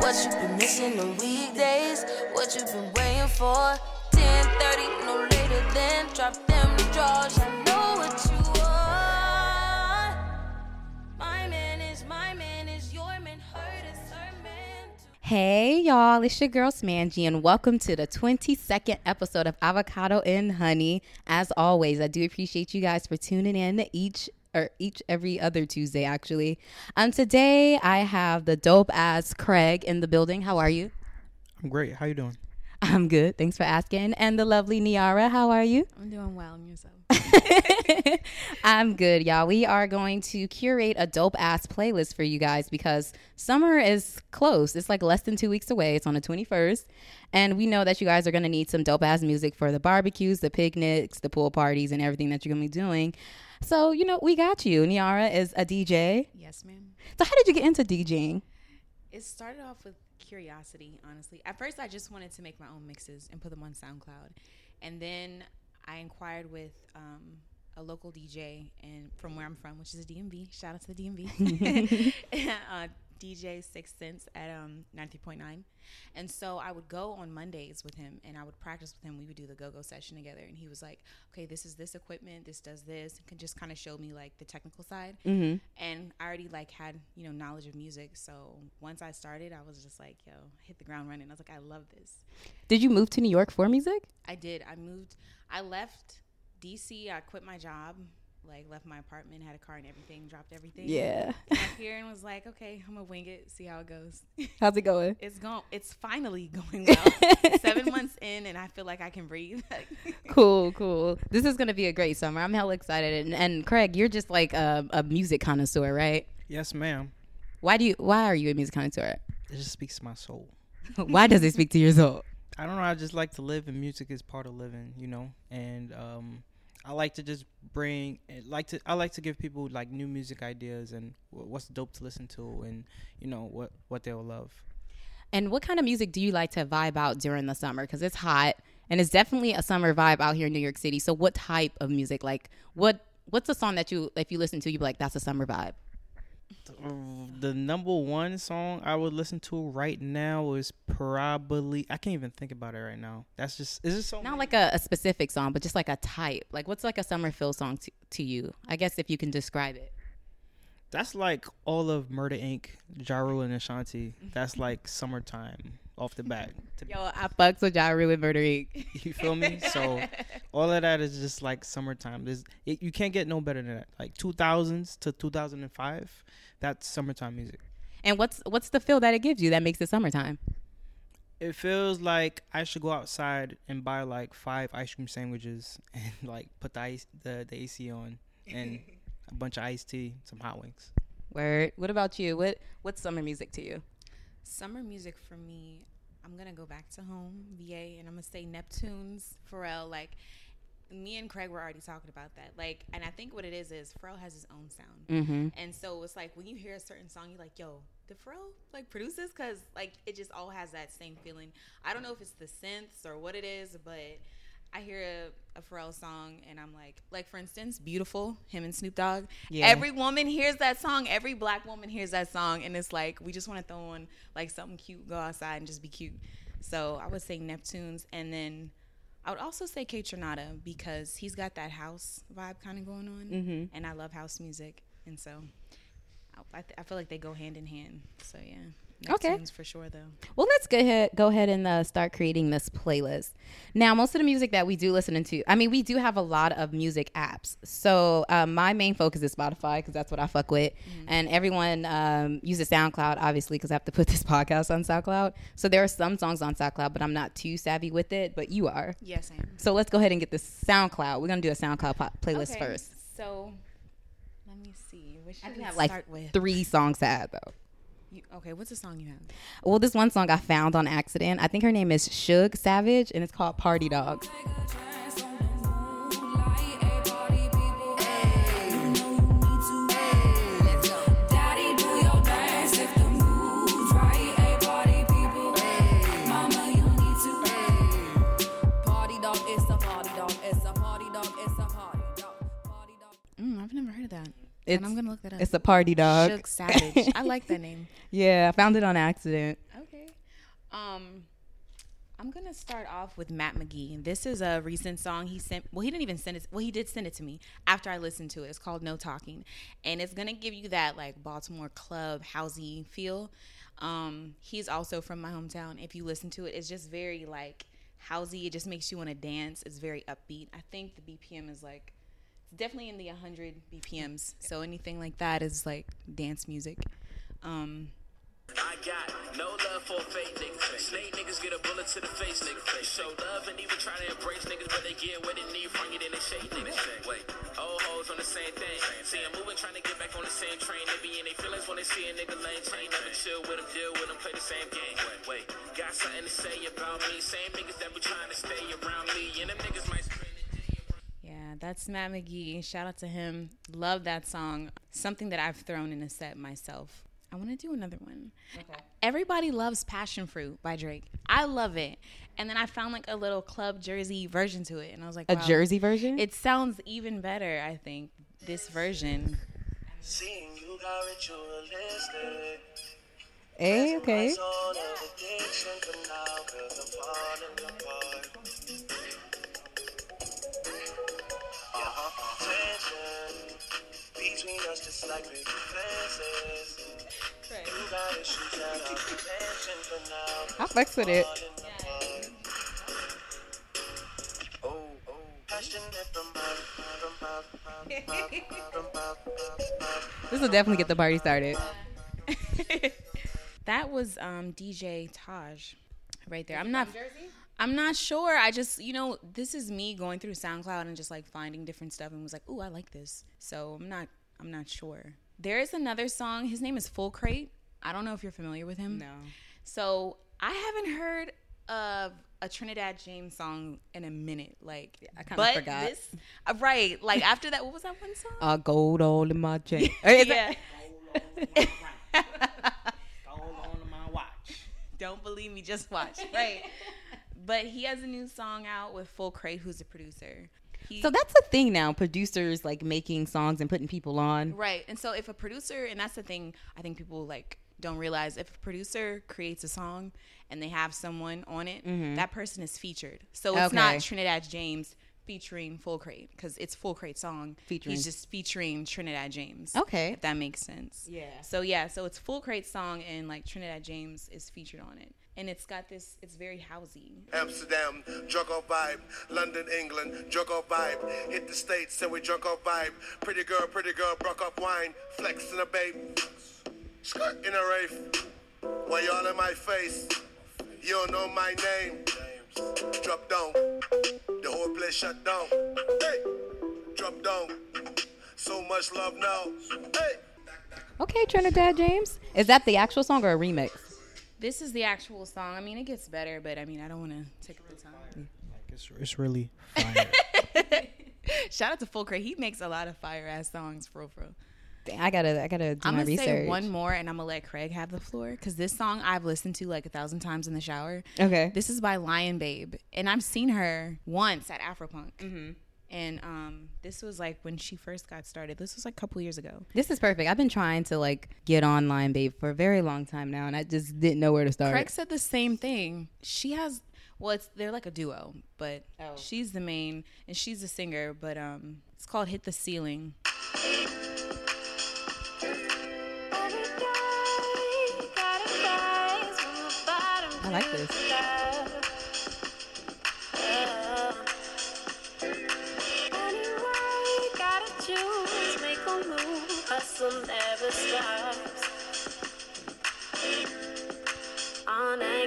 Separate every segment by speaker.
Speaker 1: What you been missing on weekdays? What you been waiting for? 10:30, no later than drop them drawers. I know what you want. My man is my man is your man. Hurt is her man. too.
Speaker 2: Hey y'all, it's your girl Smangy, and welcome to the 22nd episode of Avocado and Honey. As always, I do appreciate you guys for tuning in each or each every other Tuesday, actually. Um, today I have the dope ass Craig in the building. How are you?
Speaker 3: I'm great. How you doing?
Speaker 2: I'm good. Thanks for asking. And the lovely Niara, how are you?
Speaker 4: I'm doing well. I'm yourself.
Speaker 2: I'm good, y'all. We are going to curate a dope ass playlist for you guys because summer is close. It's like less than two weeks away. It's on the 21st. And we know that you guys are going to need some dope ass music for the barbecues, the picnics, the pool parties, and everything that you're going to be doing. So, you know, we got you. Niara is a DJ.
Speaker 4: Yes, ma'am.
Speaker 2: So, how did you get into DJing?
Speaker 4: It started off with curiosity, honestly. At first, I just wanted to make my own mixes and put them on SoundCloud, and then I inquired with um, a local DJ and from where I'm from, which is the DMV. Shout out to the DMV. uh, DJ Sixth Sense at um, 93.9. And so I would go on Mondays with him and I would practice with him. We would do the go go session together. And he was like, okay, this is this equipment, this does this, and can just kind of show me like the technical side. And I already like had, you know, knowledge of music. So once I started, I was just like, yo, hit the ground running. I was like, I love this.
Speaker 2: Did you move to New York for music?
Speaker 4: I did. I moved. I left DC. I quit my job, like left my apartment, had a car and everything, dropped everything. Came up here and was like, okay, I'm gonna wing it, see how it goes.
Speaker 2: How's it going?
Speaker 4: It's going. It's finally going well. Seven months in, and I feel like I can breathe.
Speaker 2: cool cool this is gonna be a great summer i'm hella excited and, and craig you're just like a, a music connoisseur right
Speaker 3: Yes, ma'am.
Speaker 2: why do you why are you a music connoisseur
Speaker 3: It just speaks to my soul.
Speaker 2: why does it speak to your soul
Speaker 3: I don't know. I just like to live, and music is part of living, you know. And um, I like to just bring, I like to, I like to give people like new music ideas and wh- what's dope to listen to, and you know what what they'll love.
Speaker 2: and what kind of music do you like to vibe out during the summer because it's hot and it's definitely a summer vibe out here in new york city so what type of music like what what's a song that you if you listen to you be like that's a summer vibe
Speaker 3: The number one song I would listen to right now is probably I can't even think about it right now. That's just is just so
Speaker 2: not like a, a specific song but just like a type like what's like a summer feel song to, to you i guess if you can describe it
Speaker 3: That's like all of Murder Inc., Ja Rule and Ashanti. That's like summertime off the bat. to be-
Speaker 2: yo i fucks with ja Rule and murder Inc.
Speaker 3: You feel me? So all of that is just like summertime. There's, it, you can't get no better than that. Like 2000s to 2005, that's summertime music.
Speaker 2: And what's what's the feel that it gives you that makes it summertime?
Speaker 3: It feels like I should go outside and buy like five ice cream sandwiches and like put the ice, the, the AC on and a bunch of iced tea, some hot wings.
Speaker 2: Word. What about you? What what's summer music to you?
Speaker 4: Summer music for me. I'm gonna go back to home, VA, and I'm gonna say Neptune's Pharrell. Like me and Craig were already talking about that. Like, and I think what it is is Pharrell has his own sound.
Speaker 2: Mm-hmm.
Speaker 4: And so it's like when you hear a certain song, you're like, yo, the Pharrell like produces because like it just all has that same feeling. I don't know if it's the synths or what it is, but I hear a, a Pharrell song and I'm like, like for instance, "Beautiful," him and Snoop Dogg.
Speaker 2: Yeah.
Speaker 4: Every woman hears that song. Every black woman hears that song, and it's like we just want to throw on like something cute, go outside and just be cute. So I would say Neptunes, and then I would also say K Tronada because he's got that house vibe kind of going on,
Speaker 2: Mm-hmm.
Speaker 4: and I love house music, and so I, I, th- I feel like they go hand in hand. So yeah,
Speaker 2: Okay.
Speaker 4: Neptunes for sure though.
Speaker 2: Well, let's go ahead go ahead and uh, start creating this playlist. Now, most of the music that we do listen to, I mean, we do have a lot of music apps. So uh, my main focus is Spotify because that's what I fuck with, and everyone um, uses SoundCloud obviously because I have to put this podcast on SoundCloud. So there are some songs on SoundCloud, but I'm not too savvy with it. But you are.
Speaker 4: Yes, I am.
Speaker 2: So let's go ahead and get this SoundCloud. We're gonna do a SoundCloud po- playlist
Speaker 4: Okay,
Speaker 2: first.
Speaker 4: So let me see. What should
Speaker 2: I
Speaker 4: we
Speaker 2: have
Speaker 4: start
Speaker 2: like
Speaker 4: with?
Speaker 2: three songs to add though.
Speaker 4: You- okay, what's the song you have?
Speaker 2: Well, this one song I found on accident. I think her name is Suge Savage, and it's called
Speaker 4: Oh,
Speaker 2: Party Dogs.
Speaker 1: Take a chance on the moonlight, ayy, party people, ayy. You know you need to, ayy. Daddy, do your dance if the mood's right, ayy, party people, ayy. Mama, you need to, ayy. Party dog, it's a party dog, it's a party dog, it's a party dog, party dog.
Speaker 4: Mm, I've never heard of that.
Speaker 2: It's-
Speaker 4: and I'm gonna look that up.
Speaker 2: It's a party dog.
Speaker 4: Shook Savage. I like that name.
Speaker 2: Yeah, I found it on accident.
Speaker 4: Okay. Um, I'm gonna start off with Matt McGee. This is a recent song he sent. Well, he didn't even send it. Well, he did send it to me after I listened to it. It's called No Talking, and it's gonna give you that like Baltimore club housey feel. Um, he's also from my hometown. If you listen to it, it's just very like housey. It just makes you want to dance. It's very upbeat. I think the BPM is like it's definitely in the 100 BPMs. So anything like that is like dance music. Um,
Speaker 5: I got no love for a fake nigga. Snake niggas get a bullet to the face, nigga. Show love and even try to embrace niggas, but they get what they need from you, then they shake niggas. Wait, old hoes on the same thing. See, I'm moving, trying to get back on the same train. They be in their feelings when they see a nigga lane change. Never chill with them, deal with them, play the same game. Wait, got something to say about me. Same niggas that be trying to stay around me, and them niggas might spend the day around
Speaker 4: Yeah, that's Matt McGee. Shout out to him. Love that song. Something that I've thrown in a set myself. I want to do another one. Everybody loves Passion Fruit by Drake. I love it. And then I found like a little club jersey version to it. And I was like,
Speaker 2: A
Speaker 4: wow,
Speaker 2: Jersey version?
Speaker 4: It sounds even better, I think, this version.
Speaker 6: Seeing you got ritualistic.
Speaker 2: hey, Eh, okay.
Speaker 6: Zone of addiction, but now we're falling apart. Uh-huh. Tension between us just like big fences. You got issues that I can mention, but now
Speaker 2: I flex with it.
Speaker 6: Oh,
Speaker 2: This will definitely get the party started.
Speaker 4: that was um, DJ Taj right there. I'm not I'm not sure. I just you know this is me going through SoundCloud and just like finding different stuff and was like, "Ooh, I like this." So, I'm not I'm not sure. There is another song. His name is Full Crate. I don't know if you're familiar with him.
Speaker 3: No.
Speaker 4: So, I haven't heard of a Trinidad James song in a minute. Like I
Speaker 2: kinda
Speaker 4: but
Speaker 2: forgot.
Speaker 4: This, uh, right. Like after that, what was that one song?
Speaker 2: A gold all in my chain.
Speaker 4: yeah.
Speaker 3: on my watch.
Speaker 4: Don't believe me, just watch. Right. but he has a new song out with Full Crate, who's a producer. He,
Speaker 2: So that's the thing now. Producers like making songs and putting people on.
Speaker 4: right. And so if a producer, and that's the thing I think people like don't realize, if a producer creates a song and they have someone on it, that person is featured. So it's
Speaker 2: Mm-hmm. Okay.
Speaker 4: not Trinidad James featuring Full Crate because it's Full Crate song.
Speaker 2: Featuring.
Speaker 4: He's just featuring Trinidad James.
Speaker 2: Okay.
Speaker 4: If that makes sense.
Speaker 2: Yeah.
Speaker 4: So yeah, so it's Full Crate song and like Trinidad James is featured on it. And it's got this, it's very housey.
Speaker 6: Amsterdam, drunk off vibe. London, England, drunk off vibe. Hit the States and we drunk off vibe. Pretty girl, pretty girl, broke off wine. Flex in a babe. Skirt in a rafe. Why y'all in my face? You don't know my name. Drop down. The whole place shut down. Hey, drop down. So much love now. Hey.
Speaker 2: Okay, Trinidad James. Is that the actual song or a remix?
Speaker 4: This is the actual song. I mean, it gets better, but I mean, I don't want to take up the time.
Speaker 3: Like it's it's really fire.
Speaker 4: Shout out to Full Crate. He makes a lot of fire ass songs, for real, for real.
Speaker 2: Dang, I gotta, I gotta do
Speaker 4: I'm
Speaker 2: my
Speaker 4: gonna
Speaker 2: research.
Speaker 4: say one more, and I'm gonna let Craig have the floor because this song I've listened to like a thousand times in the shower.
Speaker 2: Okay.
Speaker 4: This is by Lion Babe, and I've seen her once at Afropunk. And um, this was like when she first got started. This was like a couple years ago.
Speaker 2: This is perfect. I've been trying to like get online, babe, for a very long time now, and I just didn't know where to start.
Speaker 4: Craig said the same thing. She has well, it's they're like a duo, but
Speaker 2: Oh.
Speaker 4: she's the main and she's the singer, but um it's called Hit the Ceiling.
Speaker 2: I like this.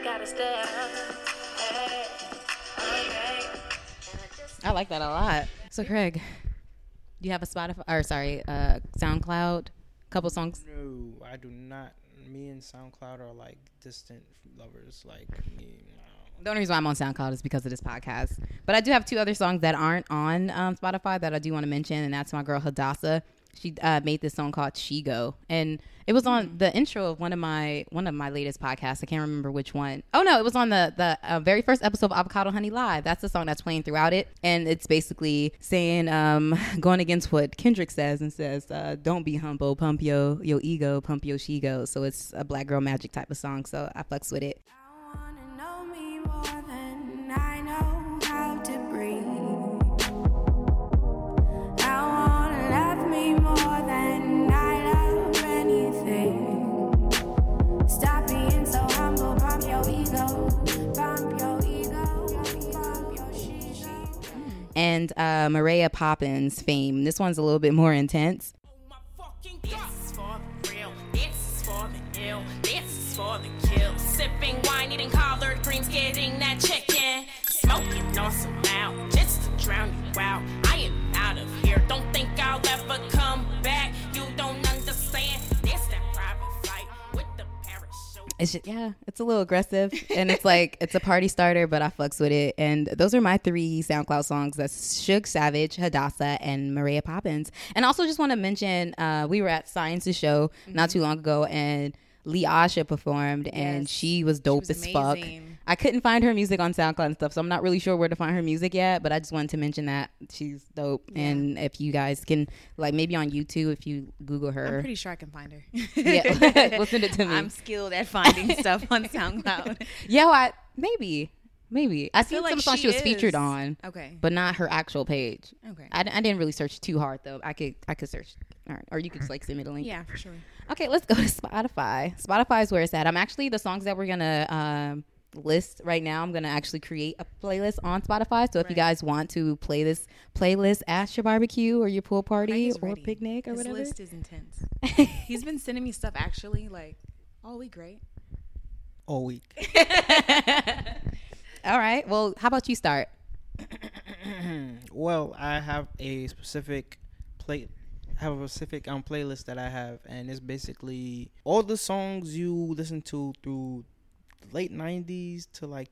Speaker 1: Gotta stay. Hey, okay. And I just
Speaker 2: I like that a lot. So, Craig, you have a Spotify or sorry, uh, SoundCloud, couple songs.
Speaker 3: No, I do not. Me and SoundCloud are like distant lovers. Like me, no.
Speaker 2: The only reason why I'm on SoundCloud is because of this podcast. But I do have two other songs that aren't on um, Spotify that I do want to mention, and that's my girl Hadassah. She uh, made this song called "She Go," and it was on the intro of one of my one of my latest podcasts. I can't remember which one. Oh no, it was on the the uh, very first episode of Avocado Honey Live. That's the song that's playing throughout it, and it's basically saying um, going against what Kendrick says and says, uh, "Don't be humble, pump yo your ego, pump your she go." So it's a black girl magic type of song. So I fucks with it.
Speaker 1: I wanna more than I know how to breathe. I wanna love me more than I love anything. Stop being so humble, bump your ego, bump your ego, bump your shit.
Speaker 2: and uh, Maria Poppins fame. This one's a little bit more intense.
Speaker 7: my fucking God. This is for the real. This is for the ill. This is for the kill. Sipping wine, eating collard greens, getting that chicken. Smoking on some loud, just to drown you out. I am out of here. Don't think I'll ever come back. You don't understand. This that private flight with the parachute.
Speaker 2: It's just, yeah, it's a little aggressive, and it's like it's a party starter, but I fucks with it. And those are my three SoundCloud songs: that's Suge Savage, Hadassah, and Maria Poppins. And I also, just want to mention, uh, we were at Science's show not too long ago, and Lee Asha performed, and
Speaker 4: Mm-hmm. Yes.
Speaker 2: she was dope
Speaker 4: was
Speaker 2: as fuck.
Speaker 4: amazing.
Speaker 2: I couldn't find her music on SoundCloud and stuff, so I'm not really sure where to find her music yet. But I just wanted to mention that she's dope, and if you guys can, like, maybe on YouTube, if you Google her,
Speaker 4: I'm pretty sure I can find her.
Speaker 2: Yeah, well, send it to me.
Speaker 4: I'm skilled at finding stuff on SoundCloud.
Speaker 2: Yeah, well, I, maybe, maybe. I
Speaker 4: feel
Speaker 2: seen
Speaker 4: like
Speaker 2: some songs she,
Speaker 4: she
Speaker 2: was featured
Speaker 4: is.
Speaker 2: on,
Speaker 4: Okay.
Speaker 2: but not her actual page.
Speaker 4: Okay.
Speaker 2: I, d- I didn't really search too hard though. I could I could search, all right, or you could just like send me the link.
Speaker 4: yeah, for sure.
Speaker 2: Okay, let's go to Spotify. Spotify is where it's at. I'm actually the songs that we're gonna um, list right now. I'm gonna actually create a playlist on Spotify. So if you guys want to play this playlist at your barbecue or your pool party
Speaker 4: He's
Speaker 2: or
Speaker 4: ready.
Speaker 2: picnic or
Speaker 4: His
Speaker 2: whatever,
Speaker 4: list is intense. He's been sending me stuff actually, like all week, right?
Speaker 3: all week.
Speaker 2: all right. Well, how about you start?
Speaker 3: Well, I have a specific play have a specific um playlist that I have and it's basically all the songs you listen to through the late 90s to like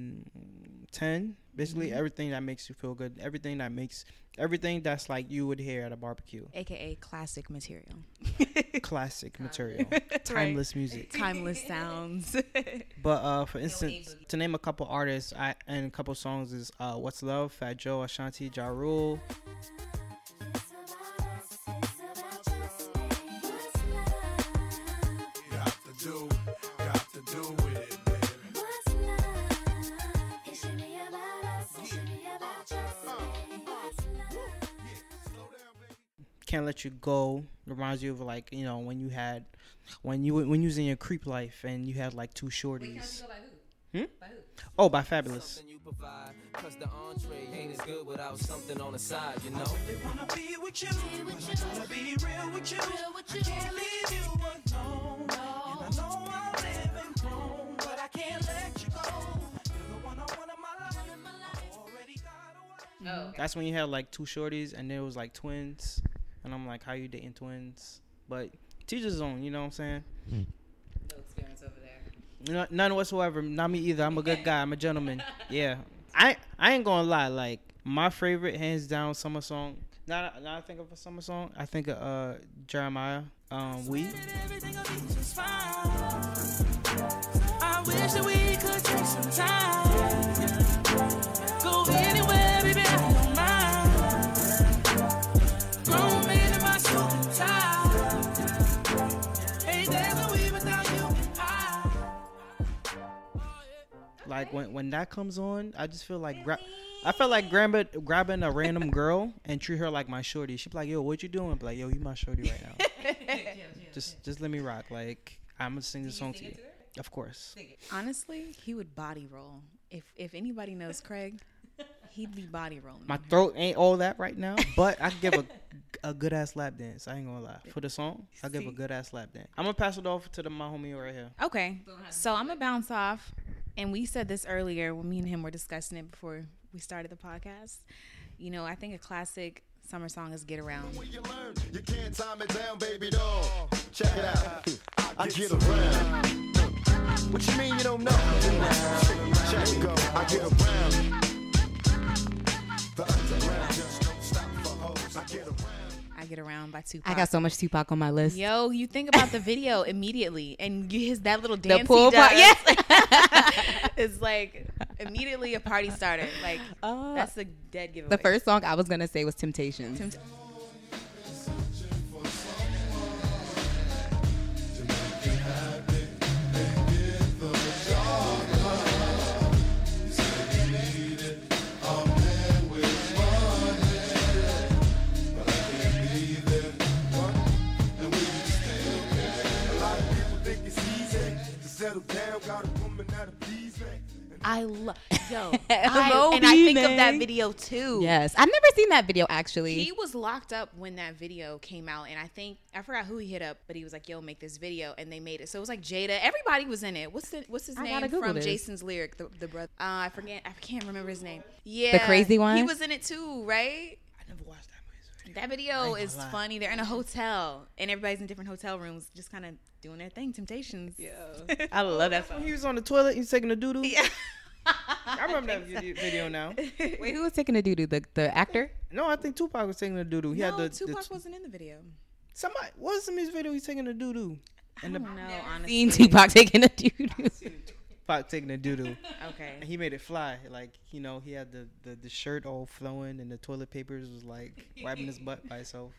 Speaker 3: 2010 basically everything that makes you feel good everything that makes everything that's like you would hear at a barbecue
Speaker 4: AKA classic material.
Speaker 3: classic material timeless music
Speaker 4: Timeless sounds.
Speaker 3: But uh, for instance, to name a couple artists I, and a couple songs is uh, "What's Love," Fat Joe, Ashanti, Ja Rule. "Can't Let You Go" reminds you of like you know when you had when you when you was in your creep life and you had like two shorties. Oh, by Fabulous.
Speaker 8: something you provide. Cause the entree ain't as good without something on the side, you know? I really wanna be with you. I wanna be real with you. I can't leave you alone. And I know I'm living wrong, but I can't let you go. You're the one I want in my life. I already got a wife.
Speaker 3: That's when you had like two shorties and there was like twins, and I'm like, "How you dating twins?" But teacher's zone, you know what I'm saying? No, none whatsoever. Not me either. I'm a good guy. I'm a gentleman. Yeah. I I ain't gonna lie. Like my favorite, hands down, summer song. Now, now I think of a summer song. I think of uh, Jeremiah. Um, we.
Speaker 8: Everything will be just fine. I wish that we could take some time. Go anywhere, baby, I don't mind. Grown man in my suit and tie. Eight days a week without you and I.
Speaker 3: Like when when that comes on, I just feel like gra- I felt like grabbing grabbing a random girl and treat her like my shorty. She'd be like, "Yo, what you doing?" I'd be like, "Yo, you my shorty right now. just just let me rock. Like I'm gonna sing this song to you. Of course.
Speaker 4: Honestly, he would body roll. If if anybody knows Craig, he'd be body rolling.
Speaker 3: My
Speaker 4: on her.
Speaker 3: throat ain't all that right now, but I can give a a good ass lap dance. I ain't gonna lie. For the song, I'll give a good ass lap dance. I'm gonna pass it off to the my homie right here.
Speaker 4: Okay. So I'm going to bounce off. And we said this earlier when me and him were discussing it before we started the podcast. You know, I think a classic summer song is Get Around.
Speaker 9: You learn, you can't time it down, baby doll. Check it out. I get around. What you mean you don't know? Check it go. I get around. The underground just don't stop for hoes. I get around.
Speaker 4: I Get Around by Tupac.
Speaker 2: I got so much Tupac on my list.
Speaker 4: Yo, you think about the video immediately and you his that little dance
Speaker 2: pool
Speaker 4: he does.
Speaker 2: part-
Speaker 4: it's like immediately a party starter. Like
Speaker 2: Oh.
Speaker 4: that's a dead giveaway.
Speaker 2: The first song I was gonna say was Temptations.
Speaker 4: I love yo. I, and I
Speaker 2: Moby
Speaker 4: think of that
Speaker 2: Mac.
Speaker 4: video too.
Speaker 2: Yes, I've never seen that video actually.
Speaker 4: He was locked up when that video came out, and I think I forgot who he hit up, but he was like, "Yo, make this video," and they made it. So it was like Jada. Everybody was in it. What's the What's his
Speaker 2: I
Speaker 4: name
Speaker 2: gotta Google
Speaker 4: from
Speaker 2: this.
Speaker 4: Jason's lyric? The, the brother. Uh, I forget. I can't remember his name. Yeah,
Speaker 2: crazy
Speaker 4: He
Speaker 2: one?
Speaker 4: was in it too, right?
Speaker 3: I never watched that movie.
Speaker 4: That video
Speaker 3: ain't
Speaker 4: is
Speaker 3: gonna lie.
Speaker 4: funny. They're in a hotel, and everybody's in different hotel rooms, just kind of doing their thing. Temptations. Yeah, I love that
Speaker 3: When
Speaker 4: song.
Speaker 3: he was on the toilet, he was taking a doodle.
Speaker 4: Yeah.
Speaker 3: I remember that video, video now.
Speaker 2: Wait, who was taking a doo doo? The the actor?
Speaker 3: No, I think Tupac was taking a doodle. He
Speaker 4: no,
Speaker 3: had the,
Speaker 4: Tupac
Speaker 3: the
Speaker 4: wasn't in the video.
Speaker 3: somebody. What's the music video? He's taking a doodoo. And the
Speaker 4: No, honestly.
Speaker 2: Seen Tupac taking a doo doo.
Speaker 3: Tupac taking a doodoo.
Speaker 4: Okay.
Speaker 3: And he made it fly. Like you know, he had the, the, the shirt all flowing, and the toilet papers was like wiping his butt by itself.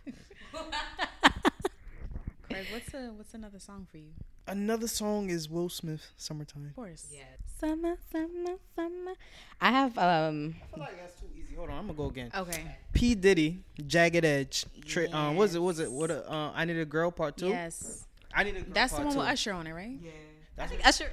Speaker 4: Craig, what's a what's another song for you?
Speaker 3: Another song is Will Smith, "Summertime."
Speaker 4: Of course. Yeah.
Speaker 2: Summer, summer, summer. I have um.
Speaker 3: I feel like that's too easy. Hold on, I'm gonna go again.
Speaker 4: Okay.
Speaker 3: P Diddy, Jagged Edge. Tri- um, what was it? What Was it what? A, uh, I need a girl part two.
Speaker 4: Yes.
Speaker 3: I need a girl
Speaker 4: That's
Speaker 3: part
Speaker 4: the one
Speaker 3: two.
Speaker 4: with Usher on it, right? Yeah.
Speaker 3: That's what-
Speaker 2: Usher.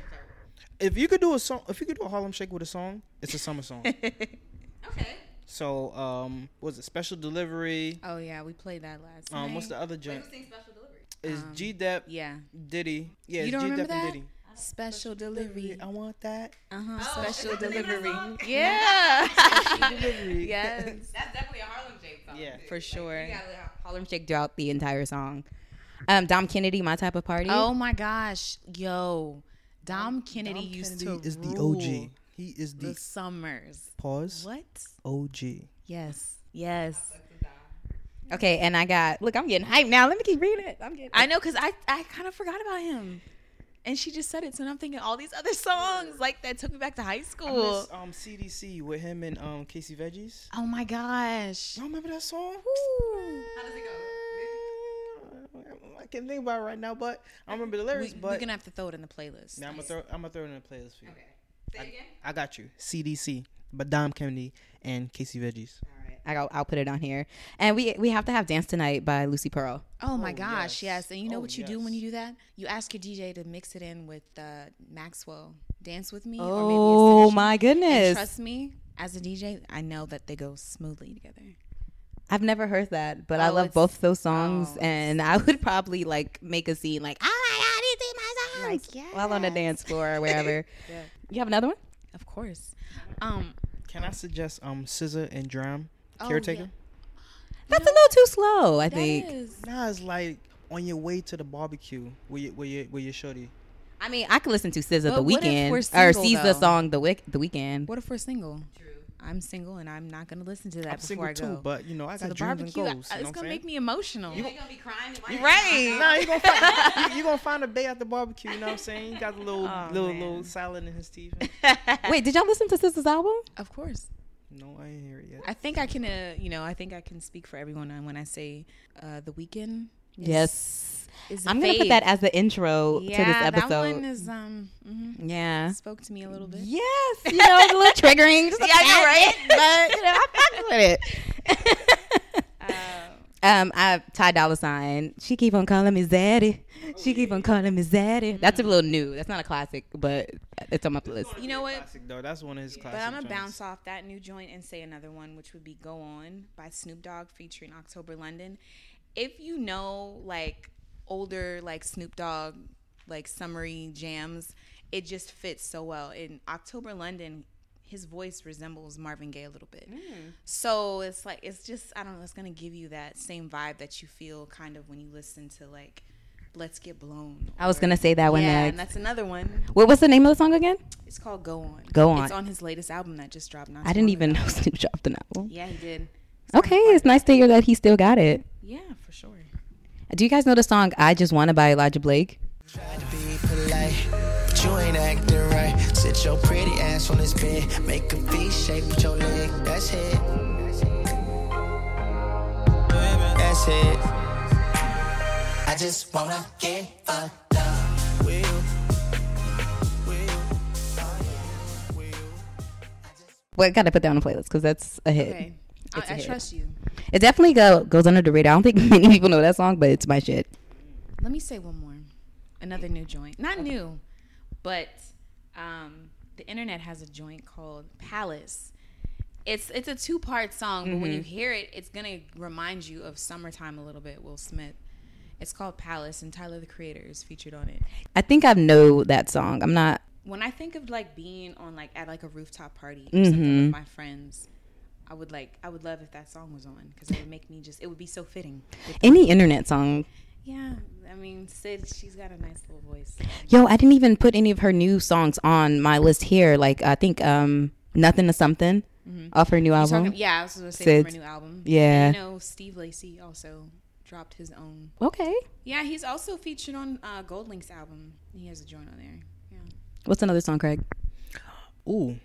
Speaker 3: if you could do a song, if you could do a Harlem Shake with a song, it's a summer song.
Speaker 4: Okay.
Speaker 3: so, um, what was it Special Delivery?
Speaker 4: Oh yeah, we played that last.
Speaker 3: Um,
Speaker 4: night.
Speaker 3: what's the other joint? Is G Dep
Speaker 4: Um, Yeah.
Speaker 3: Diddy? Yeah,
Speaker 4: You
Speaker 3: it's
Speaker 4: don't
Speaker 3: G
Speaker 4: remember
Speaker 3: Dep and
Speaker 4: that?
Speaker 3: Diddy.
Speaker 4: Special delivery.
Speaker 3: I want that.
Speaker 4: Uh huh. Special delivery. Yeah. yes.
Speaker 7: That's definitely a Harlem Shake song.
Speaker 3: Yeah.
Speaker 4: For sure.
Speaker 2: Harlem Shake throughout the entire song. Um, Dom Kennedy, my type of party.
Speaker 4: Oh my gosh, yo, Dom Kennedy used to
Speaker 3: is the
Speaker 4: rule
Speaker 3: OG. He is
Speaker 4: The
Speaker 3: the
Speaker 4: Summers.
Speaker 3: pause
Speaker 4: What?
Speaker 3: OG.
Speaker 4: Yes. Yes.
Speaker 2: Okay, and I got look. I'm getting hyped now. Let me keep reading it. I'm getting.
Speaker 4: I know, cause I I kind of forgot about him, and she just said it, so now I'm thinking all these other songs like that took me back to high school.
Speaker 3: Miss, um, CDC with him and um Casey Veggies.
Speaker 4: oh my gosh.
Speaker 3: Y'all remember that song? How does it go? I can't think about it right now, but I don't remember the lyrics.
Speaker 4: We,
Speaker 3: but
Speaker 4: are gonna have to throw it in the playlist.
Speaker 3: Now I'm gonna throw I'm gonna throw it in the playlist for you. Okay. Say I, again. I got you. CDC, but Dom Kennedy and Casey Veggies.
Speaker 2: I got, I'll put it on here. And we we have to have Dance Tonight by Lucy Pearl.
Speaker 4: Oh my
Speaker 3: Oh,
Speaker 4: gosh, yes.
Speaker 3: yes.
Speaker 4: And you know
Speaker 3: Oh,
Speaker 4: what you do when
Speaker 3: yes.
Speaker 4: you do that? You ask your DJ to mix it in with uh, Maxwell Dance with Me. or maybe
Speaker 2: Oh
Speaker 4: Ascension.
Speaker 2: my goodness.
Speaker 4: And trust me, as a DJ, I know that they go smoothly together.
Speaker 2: I've never heard that, but I
Speaker 4: Oh,
Speaker 2: love
Speaker 4: it's-
Speaker 2: both those songs,
Speaker 4: oh.
Speaker 2: and I would probably like make a scene like, "Oh my god, you see my songs!" while on the dance floor or wherever. You have another one?
Speaker 4: Of course. Um,
Speaker 3: Can I suggest um Scissor and Drum
Speaker 4: Oh,
Speaker 3: Caretaker?
Speaker 2: That's a little too slow, I
Speaker 4: that
Speaker 2: think.
Speaker 4: is-
Speaker 3: Nah, it's like on your way to the barbecue where you where you where your shorty.
Speaker 2: I mean, I could listen to SZA
Speaker 4: But
Speaker 2: the
Speaker 4: what if
Speaker 2: weekend
Speaker 4: we're
Speaker 2: or
Speaker 4: single,
Speaker 2: SZA
Speaker 4: though?
Speaker 2: song the week the weekend.
Speaker 4: What if we're single? True. I'm single and I'm not going to listen to that
Speaker 3: I'm
Speaker 4: before
Speaker 3: single
Speaker 4: I go.
Speaker 3: too, but you know I
Speaker 4: so
Speaker 3: got
Speaker 4: the
Speaker 3: dreams
Speaker 4: barbecue,
Speaker 3: and goals.
Speaker 4: I-
Speaker 3: you know
Speaker 4: it's
Speaker 3: what I'm
Speaker 4: going to
Speaker 3: saying?
Speaker 4: make me emotional.
Speaker 7: gonna be crying.
Speaker 3: Nah, you gonna find you, you gonna find a bay at the barbecue. You know what I'm saying? You got the little
Speaker 4: Oh,
Speaker 3: little little salad in his teeth.
Speaker 2: Wait, did y'all listen to SZA's album?
Speaker 4: of course.
Speaker 3: no, I ain't hear it yet.
Speaker 4: I think I can, uh, you know, I think I can speak for everyone when I say uh, the weekend. is-
Speaker 2: Yes.
Speaker 4: is a
Speaker 2: I'm gonna put
Speaker 4: fave.
Speaker 2: that as the intro to this
Speaker 4: Yeah,
Speaker 2: episode.
Speaker 4: That one is um mhm.
Speaker 2: yeah.
Speaker 4: spoke to me a little bit.
Speaker 2: Yes, you know, it's a little triggering. Just a
Speaker 4: Yeah, you're
Speaker 2: tad bit, But you know, I fucked with it. Um, I Ty Dolla Sign. She keep on calling me Zaddy. She keep on calling me Zaddy. That's a little new. That's not a classic, but it's on my playlist.
Speaker 4: you know what?
Speaker 3: Classic though. That's one of his classics.
Speaker 4: But I'm gonna bounce off that new joint and say another one, which would be "Go On" by Snoop Dogg featuring October London. If you know like older like Snoop Dogg like summery jams, it just fits so well. In October London, his voice resembles Marvin Gaye a little bit,
Speaker 2: Mm.
Speaker 4: so it's like it's just I don't know. It's gonna give you that same vibe that you feel kind of when you listen to like "Let's Get Blown."
Speaker 2: I was
Speaker 4: or-
Speaker 2: gonna say that one
Speaker 4: yeah,
Speaker 2: next.
Speaker 4: and that's another one.
Speaker 2: What was the name of the song again?
Speaker 4: It's called Go On.
Speaker 2: Go On.
Speaker 4: It's on his latest album that just dropped. Not
Speaker 2: I
Speaker 4: too
Speaker 2: didn't
Speaker 4: long
Speaker 2: even
Speaker 4: ago.
Speaker 2: know Snoop dropped an album.
Speaker 4: Yeah, he did.
Speaker 2: Okay, it's nice to hear that he still got it.
Speaker 4: Yeah, for sure.
Speaker 2: Do you guys know the song "I Just Wanna" by Elijah Blake?
Speaker 10: Tried to be polite, but you ain't acting right. Sit your pretty ass on this bed, make a V shape with your leg. That's it. That's it. I just wanna get fucked up with you. With you. Oh, yeah. With you. I just-
Speaker 2: Well, I gotta put that on the playlist because that's a hit.
Speaker 4: Okay.
Speaker 2: It's a
Speaker 4: I, I
Speaker 2: hit.
Speaker 4: trust you.
Speaker 2: It definitely go, goes under the radar. I don't think many people know that song, but it's my shit.
Speaker 4: Let me say one more. Another new joint. Not new, but um, the internet has a joint called Palace. It's it's a two part song, but when you
Speaker 2: Mm-hmm.
Speaker 4: hear it, it's gonna remind you of summertime a little bit. Will Smith. It's called Palace, and Tyler the Creator is featured on it.
Speaker 2: I think I know that song. I'm not.
Speaker 4: When I think of like being on like at like a rooftop party or something with my friends, I would like I would love if that song was on because it would make me just it would be so fitting. with-
Speaker 2: Any internet song.
Speaker 4: yeah, I mean Sid, she's got a nice little voice.
Speaker 2: Yo, I didn't even put any of her new songs on my list here. Like, I think um, Nothing to Something off her new album.
Speaker 4: Mm-hmm. Talking, yeah, I was gonna say from her
Speaker 2: Sid's-
Speaker 4: new album.
Speaker 2: yeah.
Speaker 4: and, you know Steve Lacy also dropped his own.
Speaker 2: Okay.
Speaker 4: Yeah, he's also featured on uh, Gold Link's album. He has a joint on there. Yeah.
Speaker 2: What's another song, Craig?
Speaker 3: Ooh,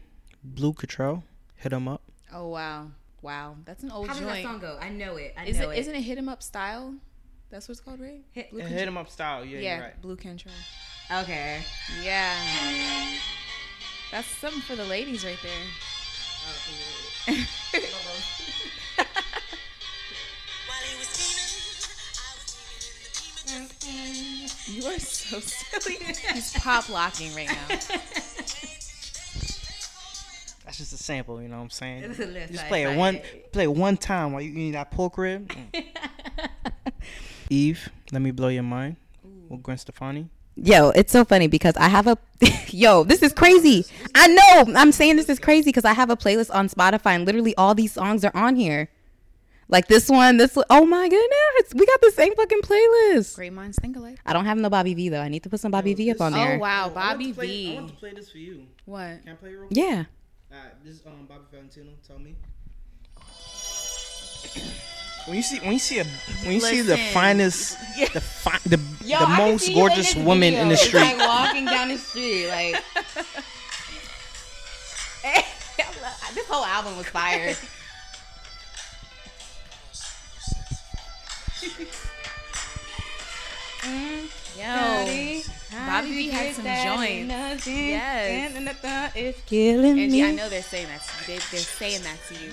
Speaker 3: Blue Cottrell, hit him up.
Speaker 4: Oh wow, wow, that's an old
Speaker 2: How does that
Speaker 4: joint.
Speaker 2: song go? I know it. I
Speaker 4: Is
Speaker 2: know
Speaker 4: it, Eh? Isn't it "Hit 'Em Up" style? That's what it's called, right? Hit, Blue Control.
Speaker 3: Hit him up style. Yeah,
Speaker 4: yeah,
Speaker 3: You're right.
Speaker 4: Blue Control.
Speaker 2: Okay.
Speaker 4: Yeah, that's something for the ladies right there. You are so silly. He's pop locking right now.
Speaker 3: That's just a sample. You know what I'm saying?
Speaker 2: a little
Speaker 3: just
Speaker 2: side
Speaker 3: play it
Speaker 2: side.
Speaker 3: one, play it one time while you eating that pork rib. Mm. Eve, let me blow your mind. With Gwen Stefani.
Speaker 2: Yo, it's so funny because I have a yo, this is crazy. I know. I'm saying this is crazy because I have a playlist on Spotify and literally all these songs are on here. Like this one, this oh my goodness, we got the same fucking playlist.
Speaker 4: Great minds think alike.
Speaker 2: I don't have no Bobby V though. I need to put some Bobby V up on there.
Speaker 4: Oh wow, Bobby
Speaker 3: I want to play- I
Speaker 4: V.
Speaker 3: want to play this for you.
Speaker 4: What?
Speaker 3: Can I play it real quick?
Speaker 2: Yeah.
Speaker 3: Alright, this is um, Bobby Valentino. Tell me. When you see when you see a when you see the
Speaker 4: Listen.
Speaker 3: finest the fi- the, the most gorgeous woman in the street.
Speaker 2: walking down the street, like this whole album was fire.
Speaker 4: Yo, Bobby V had some joints. Yes.
Speaker 2: It's killing
Speaker 4: And
Speaker 2: me.
Speaker 4: I know they're saying that. To you. They, they're saying that to you.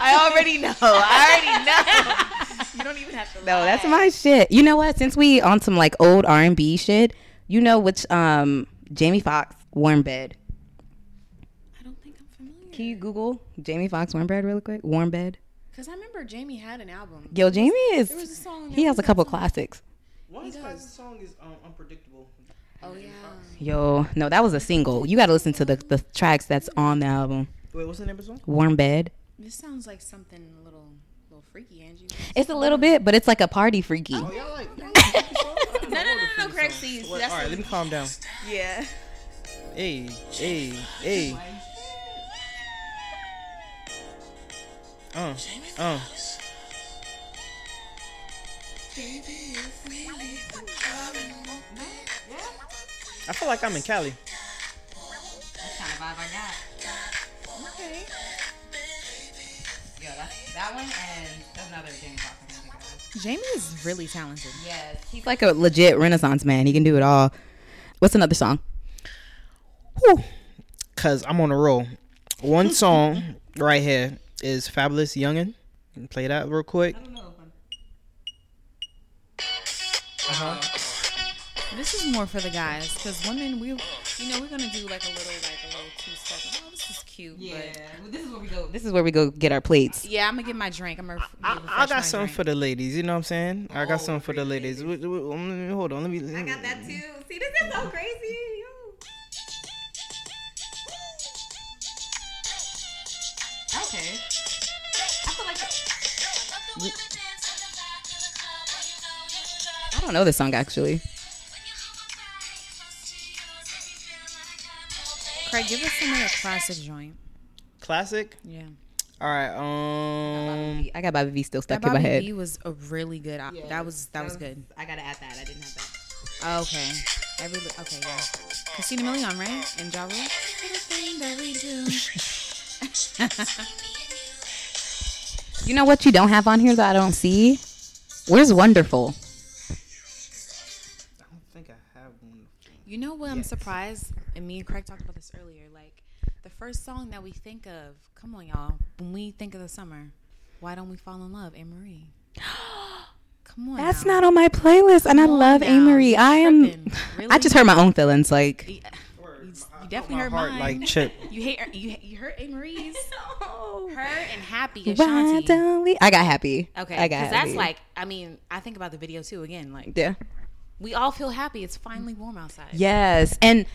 Speaker 2: I already know. I already know.
Speaker 4: You don't even have to.
Speaker 2: No, that's my shit. You know what? Since we on some like old R and B shit, you know which um Jamie Foxx Warm Bed.
Speaker 4: I don't think I'm familiar.
Speaker 2: Can you Google Jamie Foxx Warm Bed really quick? Warm Bed.
Speaker 4: Cause I remember Jamie had an album.
Speaker 2: Yo, Jamie is.
Speaker 4: There was a song.
Speaker 2: He has a couple classics.
Speaker 3: One
Speaker 4: He does.
Speaker 3: song is um, unpredictable.
Speaker 4: Oh yeah.
Speaker 2: Yo, no, that was a single. You got to listen to the the tracks that's on the album.
Speaker 3: Wait, what's the name of the song?
Speaker 2: Warm Bed.
Speaker 4: This sounds like something a little, little freaky, Angie.
Speaker 2: It's a little bit, but it's like a party freaky.
Speaker 4: Oh,
Speaker 3: y'all like no,
Speaker 4: No, no, no, no, Craig. See,
Speaker 3: All
Speaker 4: that's
Speaker 3: right, let me calm down.
Speaker 4: yeah.
Speaker 3: Hey, hey, hey. Uh, uh. I feel like I'm in Cali.
Speaker 4: Okay.
Speaker 2: Yo, that's that one and that's another Jamie Foxx.
Speaker 4: Jamie is really talented.
Speaker 2: Yes, he's like a legit Renaissance man. He can do it all. What's another song?
Speaker 3: Cause I'm on a roll. One song right here is Fabulous Youngin. Can Play that real quick.
Speaker 4: This is more for the guys, cause women, we, you know, we're gonna do like a little, like a little two step. Oh, this is cute. But
Speaker 2: this is where we go. This is where we go get our plates.
Speaker 4: yeah, I'm gonna get my drink. I'm gonna. ref-
Speaker 3: I,
Speaker 4: refresh
Speaker 3: I
Speaker 4: my
Speaker 3: got something
Speaker 4: drink.
Speaker 3: for the ladies. You know what I'm saying? I got something for the ladies. Wait, wait, wait, let me- hold on. Let me. I got that too.
Speaker 2: See, this is so crazy. Okay. I don't know this song actually.
Speaker 4: Craig, give us another classic joint.
Speaker 3: Classic.
Speaker 4: Yeah.
Speaker 3: All right. Um.
Speaker 2: I got Bobby V still
Speaker 4: That
Speaker 2: stuck in my
Speaker 4: Bobby
Speaker 2: head.
Speaker 4: B was a really good. op- that was that was good.
Speaker 2: I gotta add that. I didn't have that.
Speaker 4: Okay. Every li- okay, yeah. Christina Milian, right? And Ja Rule?
Speaker 2: You know what you don't have on here that I don't see? Where's Wonderful?
Speaker 3: I don't think I have one.
Speaker 4: You know what? I'm surprised. And me and Craig talked about this earlier. Like the first song that we think of. Come on, y'all. When we think of the summer, why don't we fall in love, Anne Marie? Come on.
Speaker 2: That's
Speaker 4: now.
Speaker 2: not on my playlist, and I
Speaker 4: Come on
Speaker 2: love
Speaker 4: now.
Speaker 2: Amory.
Speaker 4: You
Speaker 2: I am.
Speaker 4: tripping.
Speaker 2: I just
Speaker 4: Really?
Speaker 2: hurt my own feelings. Like
Speaker 4: You, you s- you definitely hurt
Speaker 3: heart
Speaker 4: mine.
Speaker 3: like chip.
Speaker 4: You hate her, you you hurt A Marie's.
Speaker 2: No.
Speaker 4: Her and Happy
Speaker 2: Why
Speaker 4: Ashanti.
Speaker 2: don't we? I got happy.
Speaker 4: Okay,
Speaker 2: I got
Speaker 4: because that's
Speaker 2: happy.
Speaker 4: like I mean I think about the video too again. Like
Speaker 2: yeah,
Speaker 4: we all feel happy. It's finally warm outside.
Speaker 2: yes. And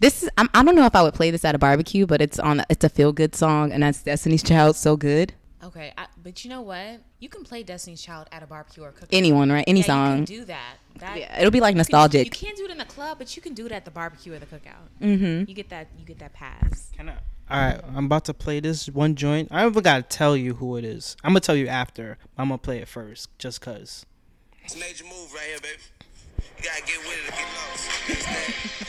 Speaker 2: this is I'm, I don't know if I would play this at a barbecue, but it's on. It's a feel good song, and that's Destiny's Child. So good.
Speaker 4: Okay, I, but you know what? You can play Destiny's Child at a barbecue or a cookout.
Speaker 2: Anyone, right? Any
Speaker 4: yeah, You can
Speaker 2: song.
Speaker 4: do that. That-
Speaker 2: Yeah, it'll be like nostalgic.
Speaker 4: You can't do it in the club, but you can do it at the barbecue or the cookout. Mm-hmm. You get that. You get that pass.
Speaker 3: Can I? All right, I'm about to play this one joint. I never gotta tell you who it is. I'm gonna tell you after. I'm gonna play it first, just cause.
Speaker 6: It's a major move right here, baby. You gotta get with it or get lost. You understand?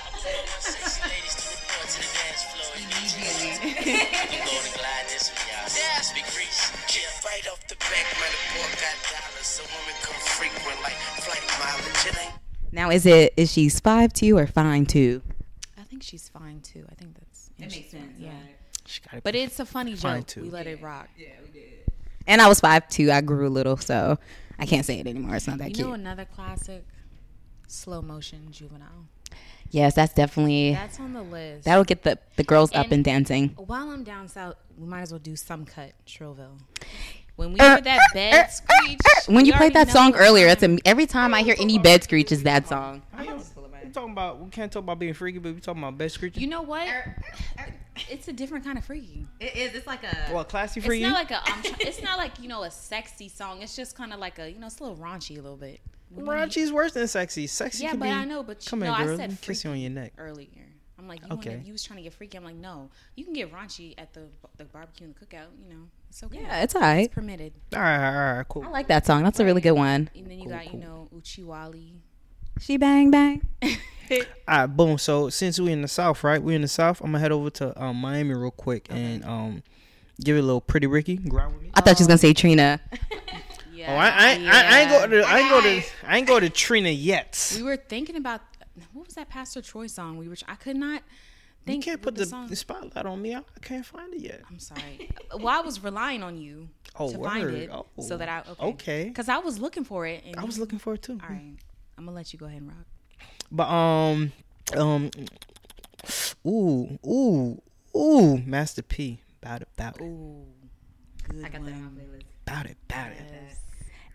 Speaker 5: Ladies to report to the dance floor. Immediately. Go to glide this one, y'all. Let's be greasy. Yeah, right off the back, man, the boy got dollars. So women come frequent like flight mileage. It ain't
Speaker 2: Now, is it is she five two or fine two?
Speaker 4: I think she's fine too. I think that's that makes sense. Yeah,
Speaker 3: She gotta
Speaker 4: but it's a funny
Speaker 3: Fine
Speaker 4: joke.
Speaker 3: too.
Speaker 4: We let it rock.
Speaker 2: And I was five two. I grew a little, so I can't say it anymore. It's not that
Speaker 4: You
Speaker 2: cute.
Speaker 4: know another classic, slow motion juvenile.
Speaker 2: yes, that's definitely
Speaker 4: That's on the list.
Speaker 2: that'll get the the girls up
Speaker 4: And-
Speaker 2: and dancing.
Speaker 4: While I'm down south, we might as well do some cut Shrillville. When we
Speaker 2: Er,
Speaker 4: hear that
Speaker 2: er, er,
Speaker 4: bed screech,
Speaker 2: When you
Speaker 4: we
Speaker 2: played
Speaker 4: already
Speaker 2: that
Speaker 4: know
Speaker 2: song
Speaker 4: it's
Speaker 2: earlier,
Speaker 4: time.
Speaker 2: it's a, every time I hear any bed screech is that song.
Speaker 3: I don't- we talking about we can't talk about being freaky, but we talking about best creature.
Speaker 4: You know what? It's a different kind of freaky.
Speaker 2: It is. It's like a.
Speaker 3: well, classy
Speaker 4: It's
Speaker 3: freaky.
Speaker 4: not like a. I'm try- it's not like you know a sexy song. It's just kind of like a you know it's a little raunchy a little bit. We wanna hear-
Speaker 3: Raunchy's worse than sexy. Sexy.
Speaker 4: Yeah,
Speaker 3: can
Speaker 4: but
Speaker 3: be,
Speaker 4: I know. But you,
Speaker 3: come
Speaker 4: no,
Speaker 3: here, girl.
Speaker 4: I
Speaker 3: let
Speaker 4: said
Speaker 3: me kiss you on
Speaker 4: freaky
Speaker 3: your neck.
Speaker 4: earlier. I'm like, you, wanna-
Speaker 3: Okay.
Speaker 4: you was trying to get freaky. I'm like, no, you can get raunchy at the the barbecue and the cookout. You know, it's okay.
Speaker 2: Yeah, it's alright.
Speaker 4: it's permitted.
Speaker 3: All right, all right, all right, cool.
Speaker 2: I like that song. That's a really good one.
Speaker 4: And then you got you know Uchiwali.
Speaker 2: She bang bang.
Speaker 3: All right, boom. So since we in the South, right? We in the South. I'm gonna head over to um, Miami real quick and um, give it a little pretty Ricky. Grind with me.
Speaker 2: I thought she was gonna say Trina.
Speaker 4: Yeah.
Speaker 3: Oh, I, I, I, I ain't go to I ain't go to I ain't go to Trina yet.
Speaker 4: We were thinking about what was that Pastor Troy song? We were. I could not
Speaker 3: You
Speaker 4: think.
Speaker 3: can't
Speaker 4: what
Speaker 3: put the,
Speaker 4: song.
Speaker 3: the spotlight on me. I, I can't find it yet.
Speaker 4: I'm sorry. well, I was relying on you
Speaker 3: Oh,
Speaker 4: to find
Speaker 3: word.
Speaker 4: it, so
Speaker 3: Oh,
Speaker 4: that I okay.
Speaker 3: okay.
Speaker 4: Because I was looking for it, and
Speaker 3: I
Speaker 4: you-
Speaker 3: was looking for it too.
Speaker 4: All right, I'm gonna let you go ahead and rock.
Speaker 3: But um um ooh ooh ooh Master P about it about it
Speaker 4: Ooh, good I got one.
Speaker 3: about it about it.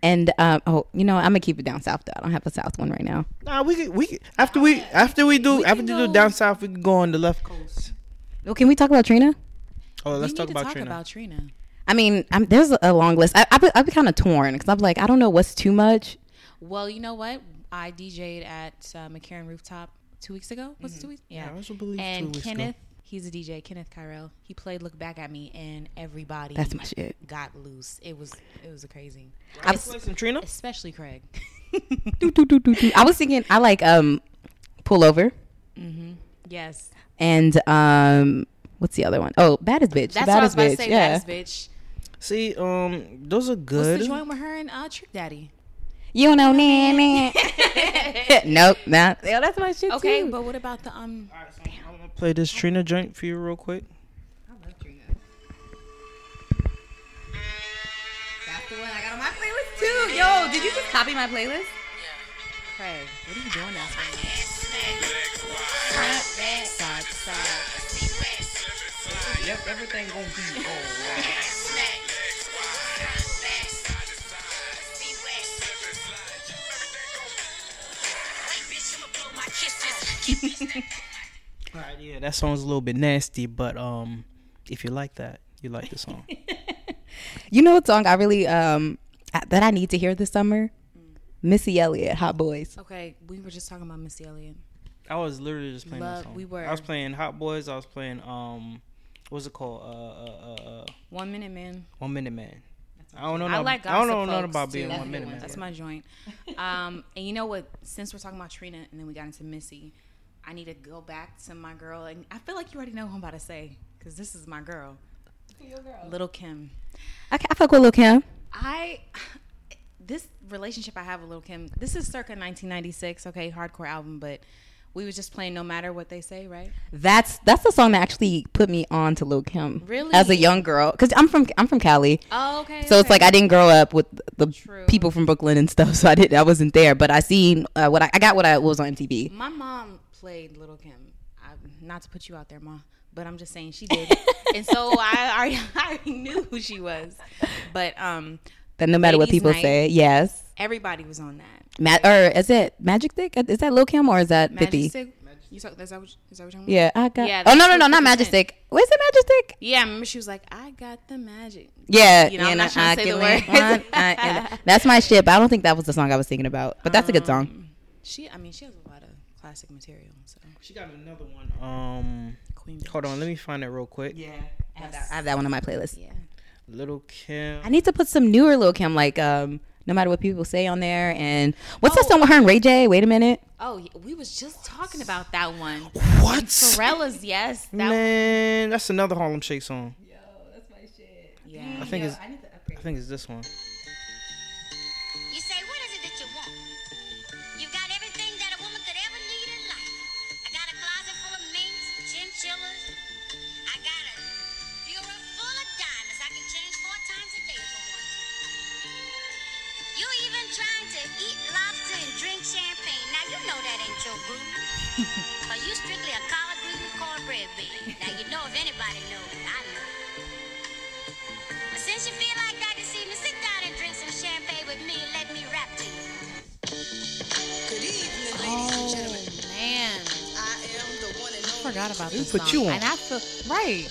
Speaker 2: And um, oh, you know I'm gonna keep it down south though. I don't have a south one right now.
Speaker 3: Nah, we could, we could, after we after we do
Speaker 4: We
Speaker 3: after
Speaker 4: can
Speaker 3: we do
Speaker 4: go-
Speaker 3: down south we can go on the left coast.
Speaker 2: Well, can we talk about Trina?
Speaker 3: Oh, let's
Speaker 4: we
Speaker 3: talk
Speaker 4: need
Speaker 3: about
Speaker 4: to talk
Speaker 3: Trina.
Speaker 4: about Trina.
Speaker 2: I mean, I'm, there's a long list. I, I be, I'd be kind of torn because I'm like I don't know what's too much.
Speaker 4: Well, you know what? I DJ'd at uh, McCarran Rooftop two weeks ago. Was it two weeks? Yeah,
Speaker 3: Mm-hmm. I also believe
Speaker 4: And
Speaker 3: two weeks ago.
Speaker 4: Kenneth, he's a DJ. Kenneth Kyrell. He played "Look Back at Me," and everybody
Speaker 2: That's my shit.
Speaker 4: got loose. It was it was crazy,
Speaker 2: I've,
Speaker 3: Play some Trina.
Speaker 4: especially Craig.
Speaker 2: do, do, do, do, do. I was thinking I like um, pull over
Speaker 4: yes,
Speaker 2: and um, what's the other one? Oh, baddest bitch.
Speaker 4: that's
Speaker 2: baddest
Speaker 4: what I
Speaker 2: bitch.
Speaker 4: was about to say.
Speaker 2: yeah.
Speaker 4: Baddest bitch.
Speaker 3: See, um, those are
Speaker 4: What's
Speaker 3: good.
Speaker 4: the joint with her and uh, Trick Daddy?
Speaker 2: You know, nah, nah. nope, nah. Yeah, that's my shit
Speaker 4: Okay,
Speaker 2: too.
Speaker 4: but what about the um?
Speaker 3: All right, so I'm gonna play this Trina joint for you real quick.
Speaker 2: That's the one I got on my playlist too. Yo, did you just copy my playlist?
Speaker 4: Craig, what are you doing that for?
Speaker 3: Yep, everything gonna be all right. Yeah, that song's a little bit nasty, but um, if you like that, you like the song.
Speaker 2: You know what song I really um I- that I need to hear this summer? Missy Elliott, Hot Boys.
Speaker 4: Okay, we were just talking about Missy Elliott.
Speaker 3: I was literally just playing that
Speaker 4: Love-
Speaker 3: song.
Speaker 4: we were.
Speaker 3: I was playing Hot Boys. I was playing um, what's it called? Uh, uh, uh, uh
Speaker 4: One minute, man.
Speaker 3: One Minute Man. I don't know.
Speaker 4: I
Speaker 3: nothing-
Speaker 4: like
Speaker 3: I don't
Speaker 4: gossip.
Speaker 3: know nothing
Speaker 4: Folks,
Speaker 3: about
Speaker 4: too.
Speaker 3: being
Speaker 4: That's
Speaker 3: One
Speaker 4: a
Speaker 3: Minute
Speaker 4: good
Speaker 3: Man.
Speaker 4: That's my joint. Um, and you know what? Since we're talking about Trina, and then we got into Missy, I need to go back to my girl, and I feel like you already know who I'm about to say because this is my girl, Little Kim.
Speaker 2: I, ca- I fuck with Lil Kim.
Speaker 4: I this relationship I have with Lil Kim, this is circa 1996, okay, hardcore album, but we was just playing no matter what they say, right?
Speaker 2: That's that's the song that actually put me on to Lil Kim.
Speaker 4: Really?
Speaker 2: As a young girl, because I'm from I'm from Cali,
Speaker 4: Oh, okay.
Speaker 2: so it's like I didn't grow up with the
Speaker 4: True.
Speaker 2: people from Brooklyn and stuff. So I didn't I wasn't there, but I seen uh, what I, I got what I was on MTV.
Speaker 4: My mom played Little Kim. I, not to put you out there, ma, but I'm just saying she did, and so I already, I already knew who she was. But um,
Speaker 2: That no matter what
Speaker 4: Ladies'
Speaker 2: people
Speaker 4: Night.
Speaker 2: say, yes.
Speaker 4: everybody was on that.
Speaker 2: Ma- or is it Magic Dick? Is that Lil Kim or is that
Speaker 4: Magic
Speaker 2: Fifty?
Speaker 4: Stick- You talk, is that what, is that what you're talking about?
Speaker 2: Yeah, I got.
Speaker 4: Yeah,
Speaker 2: oh no
Speaker 4: that's
Speaker 2: no no, not
Speaker 4: 50%.
Speaker 2: Magic Stick. Wait, is it Magic Stick?
Speaker 4: Yeah, I remember she was like, "I got the magic."
Speaker 2: Yeah,
Speaker 4: You know, I'm not trying to say the
Speaker 2: Akilin, one,
Speaker 4: words.
Speaker 2: I- and- that's my shit. But I don't think that was the song I was thinking about. But that's a good
Speaker 4: Um,
Speaker 2: song.
Speaker 4: She, I mean, she has a lot of classic material. So
Speaker 3: She got another one. Um,
Speaker 4: Queen.
Speaker 3: hold on, let me find it real quick. Yeah.
Speaker 2: I have that one on my playlist.
Speaker 4: Yeah.
Speaker 3: Little Kim.
Speaker 2: I need to put some newer Lil Kim, like um, no matter what people say on there. And what's that song with her and Ray J? Wait a minute.
Speaker 4: Oh, yeah, we was just talking about that one.
Speaker 3: What?
Speaker 4: Pharrella's, yes. That one.
Speaker 3: Man, that's another Harlem Shake song.
Speaker 4: Yeah.
Speaker 3: I think it's. I, think it's this one.
Speaker 11: You say, what is it that you want? You've got everything that a woman could ever need in life. I got a closet full of minks, chinchillas. I got a bureau full of diamonds I can change four times a day if I want to. You even trying to eat lobster and drink champagne. Now, you know that ain't your group. Are you strictly a collard green and cornbread baby? Now, you know if anybody knows, I know. But Since you feel like that this evening, sit down and drink some champagne with me and let me rap to you.
Speaker 4: Oh, man. I forgot about this
Speaker 3: put
Speaker 4: song.
Speaker 3: you on.
Speaker 4: And I feel right.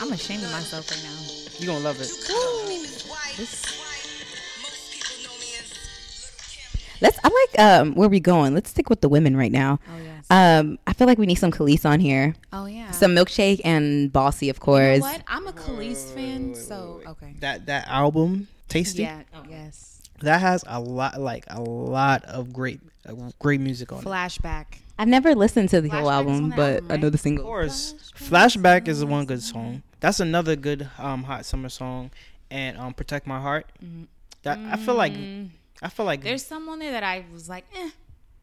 Speaker 4: I'm ashamed of myself right now.
Speaker 3: You gonna love it.
Speaker 2: Let's. I like um, where we going. Let's stick with the women right now.
Speaker 4: Oh yes.
Speaker 3: Uh,
Speaker 2: Um, I feel like we need some Khalees on here.
Speaker 4: oh yeah.
Speaker 2: Some milkshake and bossy, of course.
Speaker 4: what? I'm a Khalees fan, so okay.
Speaker 3: That that album, Tasty.
Speaker 4: Yeah. oh. Yes.
Speaker 3: That has a lot, like a lot of great, uh, great music on it.
Speaker 4: Flashback.
Speaker 2: I've never listened to the
Speaker 4: Flashback
Speaker 2: whole
Speaker 4: is
Speaker 2: album,
Speaker 4: on that
Speaker 2: but
Speaker 4: album,
Speaker 2: I know
Speaker 4: right?
Speaker 2: the
Speaker 3: Of
Speaker 2: single.
Speaker 3: course, Flashback is one good song. That's another good um hot summer song, and um Protect My Heart. That I feel like, I feel like
Speaker 4: Mm-hmm. There's some on there that I was like, eh,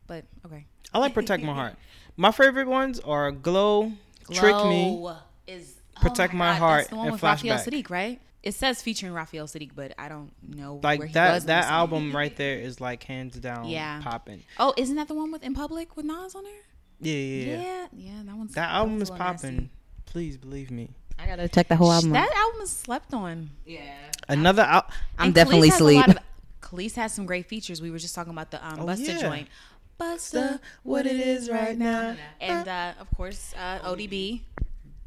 Speaker 4: but okay.
Speaker 3: I like Protect My Heart. My favorite ones are Glow, Trick Me.
Speaker 4: Glow is oh
Speaker 3: Protect My
Speaker 4: God,
Speaker 3: Heart
Speaker 4: That's the one
Speaker 3: and
Speaker 4: with Raphael
Speaker 3: Flashback.
Speaker 4: Sadiq, right? It says featuring Raphael Sadiq, but I don't know where
Speaker 3: Like
Speaker 4: he was
Speaker 3: that
Speaker 4: on
Speaker 3: that
Speaker 4: this one.
Speaker 3: album right there is like hands down
Speaker 4: Yeah.
Speaker 3: popping.
Speaker 4: Oh, isn't that the one with In Public with Nas on there?
Speaker 3: Yeah, yeah, yeah.
Speaker 4: Yeah, yeah, that one's
Speaker 3: That
Speaker 4: that's
Speaker 3: album
Speaker 4: a
Speaker 3: is
Speaker 4: little nasty.
Speaker 3: popping. Please believe me.
Speaker 2: I gotta check the whole
Speaker 4: Sh-
Speaker 2: album. out.
Speaker 4: That album is slept on.
Speaker 3: Another out.
Speaker 2: I'm
Speaker 4: And Khalees
Speaker 2: definitely
Speaker 4: has a lot
Speaker 2: sleep.
Speaker 4: of- Khalees has some great features. We were just talking about the um,
Speaker 3: Oh,
Speaker 4: Busta
Speaker 3: yeah.
Speaker 4: joint. Busta, what it is right now, and uh, of course uh, ODB.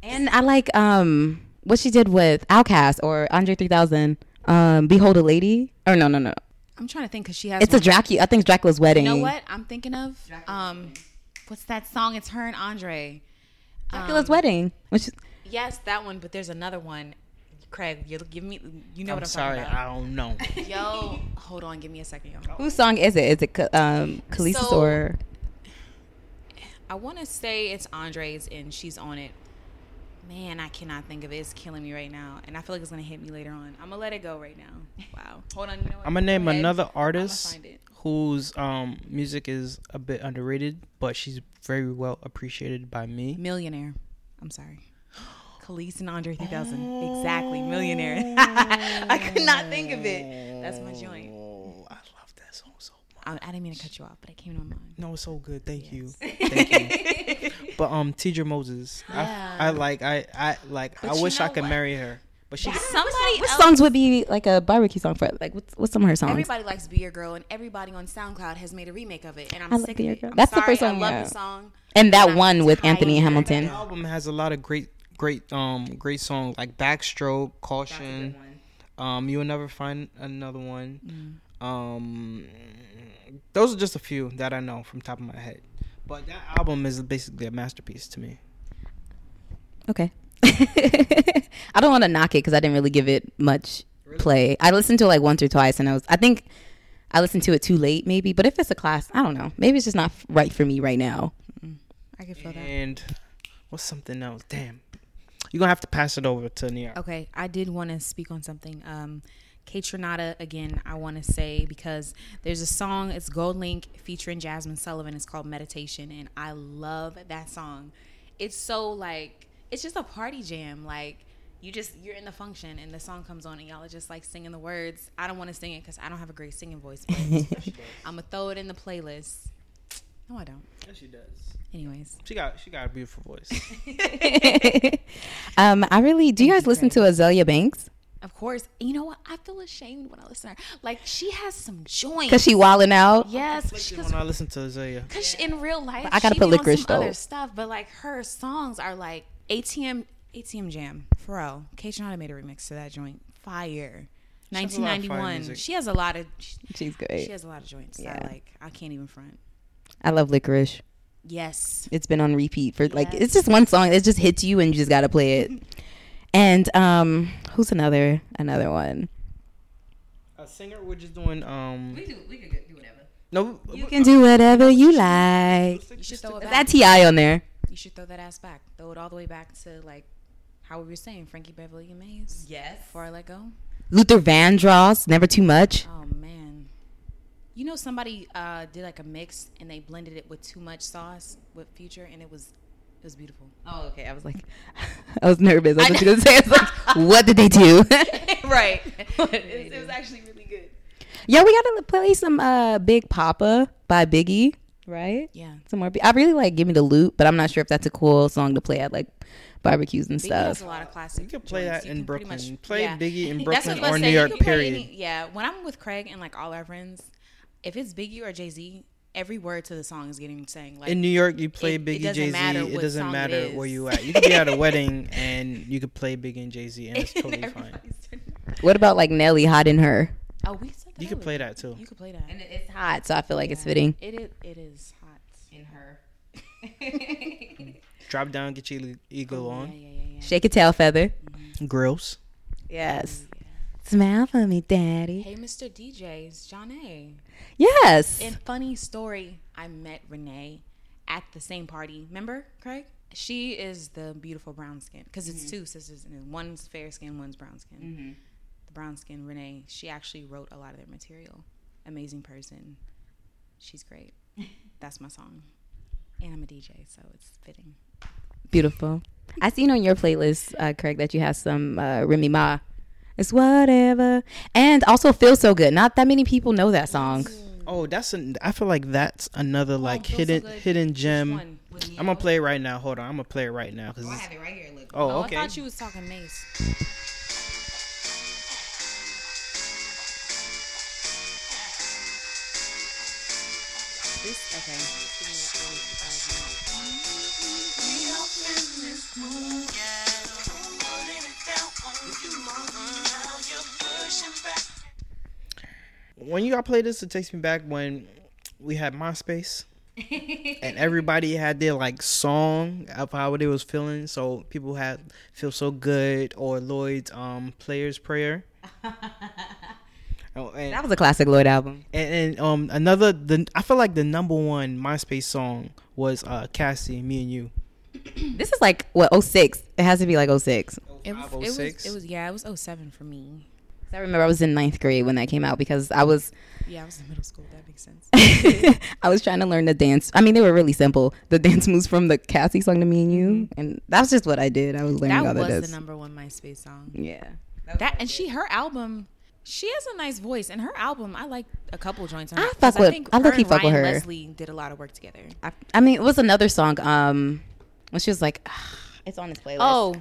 Speaker 2: And I like um what she did with Outkast or Andre 3000. Um, Behold a Lady. Or no, no, no.
Speaker 4: I'm trying to think because she has.
Speaker 2: It's a
Speaker 4: one-
Speaker 2: Dracula. I think it's Dracula's wedding.
Speaker 4: You know what I'm thinking of? Um, what's that song? It's her and Andre. Um,
Speaker 2: Dracula's wedding. Which
Speaker 4: Yes, that one. But there's another one. Craig, you give me. You know
Speaker 3: I'm
Speaker 4: what I'm
Speaker 3: sorry,
Speaker 4: talking
Speaker 3: I don't know.
Speaker 4: about. Yo, hold on. Give me a second, y'all.
Speaker 2: whose song is it? Is it Ka- um Khaleesi's
Speaker 4: So-
Speaker 2: or
Speaker 4: I want to say it's Andre's and she's on it. Man, I cannot think of it. It's killing me right now, and I feel like it's gonna hit me later on. I'm gonna let it go right now. Wow. Hold on. You know what?
Speaker 3: I'm gonna name
Speaker 4: Go ahead.
Speaker 3: another
Speaker 4: I'ma
Speaker 3: artist
Speaker 4: find it.
Speaker 3: whose um music is a bit underrated, but she's very well appreciated by me.
Speaker 4: Millionaire. I'm sorry. Khalees and Andre 3000. Exactly. Millionaire. I could not think of it. That's my joint.
Speaker 3: Oh, I love that song so much.
Speaker 4: I, I didn't mean to cut you off, but it came to my mind.
Speaker 3: No, it's so good. Thank you, thank you. But um, Teacher Moses,
Speaker 4: Yeah.
Speaker 3: I, I like I I like
Speaker 4: But
Speaker 3: I
Speaker 4: you
Speaker 3: wish I
Speaker 4: know
Speaker 3: could
Speaker 4: what?
Speaker 3: marry her, but she
Speaker 4: Somebody
Speaker 2: which
Speaker 4: else.
Speaker 2: songs would be like a barbecue song for like what's what's some of her songs?
Speaker 4: Everybody likes Be Your Girl, and everybody on SoundCloud has made a remake of it, and I'm
Speaker 2: I love
Speaker 4: sick
Speaker 2: Be Your
Speaker 4: of it.
Speaker 2: Girl.
Speaker 4: I'm
Speaker 2: That's the
Speaker 4: sorry,
Speaker 2: first one,
Speaker 4: I love
Speaker 2: yeah.
Speaker 4: the song.
Speaker 2: and that
Speaker 4: I'm
Speaker 2: one with
Speaker 4: tired
Speaker 2: Anthony
Speaker 4: of
Speaker 2: Hamilton.
Speaker 3: The album has a lot of great, great, um, great songs like "Backstroke," "Caution." Um, you'll never find another one.
Speaker 2: Mm.
Speaker 3: Um, those are just a few that I know from top of my head. But that album is basically a masterpiece to me.
Speaker 2: Okay. I don't want to knock it because I didn't really give it much play. I listened to it like once or twice, and I was I think I listened to it too late, maybe. But if it's a class, I don't know. Maybe it's just not f- right for me right now.
Speaker 4: I can feel that.
Speaker 3: And what's something else? Damn, you're gonna have to pass it over to Nia.
Speaker 4: Okay, I did want to speak on something. Um, Kate Renata again, I want to say because there's a song, it's Gold Link featuring Jasmine Sullivan. It's called Meditation, and I love that song. It's so like, it's just a party jam. Like, you just, you're in the function, and the song comes on, and y'all are just like singing the words. I don't want to sing it because I don't have a great singing voice. But I'm going to throw it in the playlist. No, I don't.
Speaker 3: Yes, she does.
Speaker 4: Anyways.
Speaker 3: She got she got a beautiful voice.
Speaker 2: um, I really do. You guys listen to Azalea Banks
Speaker 4: Of course. You know what? I feel ashamed when I listen to her. Like she has some joints.
Speaker 2: because she wilding out.
Speaker 4: Yes,
Speaker 3: when
Speaker 4: because
Speaker 3: I listen to Azalea,
Speaker 4: in real life,
Speaker 2: I gotta put
Speaker 4: she be on
Speaker 2: licorice,
Speaker 4: some
Speaker 2: though.
Speaker 4: other stuff. But like her songs are like ATM ATM Jam. Pharrell, Kate Shinada made a remix to that joint. Fire.
Speaker 3: She has a lot of fire
Speaker 4: 1991.
Speaker 3: music.
Speaker 4: She has a lot of she,
Speaker 2: She's
Speaker 4: she
Speaker 2: great.
Speaker 4: has a lot of joints. that
Speaker 2: Yeah.
Speaker 4: I like. I can't even front.
Speaker 2: I love Licorice.
Speaker 4: Yes.
Speaker 2: It's been on repeat for like it's just one song. It just hits you and you just gotta play it. And um, who's another another one?
Speaker 3: a singer. We're just doing um.
Speaker 2: do we can do whatever.
Speaker 3: No,
Speaker 2: You can do whatever you like.
Speaker 4: You should throw
Speaker 2: Is
Speaker 4: it
Speaker 2: that
Speaker 4: back.
Speaker 2: Ti on there?
Speaker 4: you should throw that ass back. Throw it all the way back to like how we were saying, Frankie Beverly and Mays.
Speaker 2: Yes.
Speaker 4: Before I let go.
Speaker 2: Luther Vandross, never too much.
Speaker 4: Oh man. You know somebody uh, did like a mix and they blended it with too much sauce with Future and it was it was beautiful.
Speaker 2: Oh, okay. I was like, I was nervous. I was gonna say, I was like, what did they do?
Speaker 4: right. it, was actually really good.
Speaker 2: yeah, we gotta play some uh, Big Papa by Biggie, right?
Speaker 4: Yeah.
Speaker 2: Some more. Bi- I really like "Give Me the Loot," but I'm not sure if that's a cool song to play at like barbecues and
Speaker 4: Biggie has
Speaker 2: stuff.
Speaker 4: a lot of classic.
Speaker 3: You could play
Speaker 4: joints.
Speaker 3: that
Speaker 4: You
Speaker 3: in
Speaker 4: can pretty
Speaker 3: Brooklyn. Play Biggie in
Speaker 4: That's
Speaker 3: Brooklyn
Speaker 4: what I was
Speaker 3: or New
Speaker 4: saying. You
Speaker 3: York,
Speaker 4: can play
Speaker 3: period.
Speaker 4: any- yeah. When I'm with Craig and like all our friends, if it's Biggie or Jay Z, every word to the song is getting sang. Like
Speaker 3: in New York, you play
Speaker 4: It- it
Speaker 3: Biggie,
Speaker 4: doesn't
Speaker 3: Jay Z.
Speaker 4: matter
Speaker 3: It
Speaker 4: what
Speaker 3: doesn't
Speaker 4: song it
Speaker 3: matter where
Speaker 4: is.
Speaker 3: you at. You could be at a wedding and you could play Biggie and Jay Z, and it's
Speaker 4: and
Speaker 3: totally fine.
Speaker 4: everybody's turning-
Speaker 2: What about like Nelly, "Hot in Her"?
Speaker 4: Oh, we said that
Speaker 3: You could
Speaker 4: earlier.
Speaker 3: play that too.
Speaker 4: You could play that.
Speaker 2: And it's hot, so I feel like it's fitting.
Speaker 4: It is. It is hot in her.
Speaker 3: Drop down, get your ego
Speaker 4: Oh, Yeah,
Speaker 3: on.
Speaker 4: yeah, yeah, yeah.
Speaker 2: Shake a tail feather.
Speaker 3: Grills.
Speaker 2: Yes. Smile for me, daddy.
Speaker 4: Hey, Mr. DJ, it's John A.
Speaker 2: Yes.
Speaker 4: And funny story, I met Renee at the same party. Remember, Craig? She is the beautiful brown skin because it's two sisters and then one's fair skin, one's brown skin. The brown skin Renee, she actually wrote a lot of their material. Amazing person. She's great. That's my song. And I'm a DJ, so it's fitting.
Speaker 2: Beautiful. I seen on your playlist, uh, Craig, that you have some uh, Remy Ma. It's whatever, and also feel so good. Not that many people know that song.
Speaker 3: Oh, that's an. I feel like that's another like
Speaker 4: Feel So
Speaker 3: hidden
Speaker 4: Oh, Good.
Speaker 3: hidden gem.
Speaker 4: One with
Speaker 3: I'm gonna play it right now. Hold on, I'm gonna play it right now because.
Speaker 2: it right here. Look.
Speaker 3: Oh,
Speaker 4: Oh,
Speaker 3: okay.
Speaker 4: I thought you was talking Mace. This okay.
Speaker 3: when you all play this, it takes me back when we had MySpace. and everybody had their like song of how they was feeling. So people had feel so good or Lloyd's um players prayer. Oh, and,
Speaker 2: That was a classic Lloyd album.
Speaker 3: and and um another the I feel like the number one MySpace song was uh Cassie me and you.
Speaker 2: This is like what 06. It has to be like 06.
Speaker 4: It was, it was, it was yeah, it was 07 for me.
Speaker 2: I remember I was in ninth grade when that came out because I was
Speaker 4: Yeah, I was in middle school. That makes sense.
Speaker 2: I was trying to learn the dance. I mean, they were really simple. The dance moves from the Cassie song to me and you, and that's just what I did. I Mm-hmm. was learning all
Speaker 4: that
Speaker 2: the
Speaker 4: was
Speaker 2: dance.
Speaker 4: the number one MySpace song.
Speaker 2: Yeah.
Speaker 4: That and she her album. She has a nice voice, and her album I like a couple joints. On
Speaker 2: I
Speaker 4: it, 'cause
Speaker 2: fuck with- I
Speaker 4: her
Speaker 2: low-key
Speaker 4: and
Speaker 2: fuck with
Speaker 4: Ryan
Speaker 2: her.
Speaker 4: Leslie did a lot of work together.
Speaker 2: I, I mean, it was another song. Um, when she was like, "Ah, "It's on this playlist."
Speaker 4: Oh,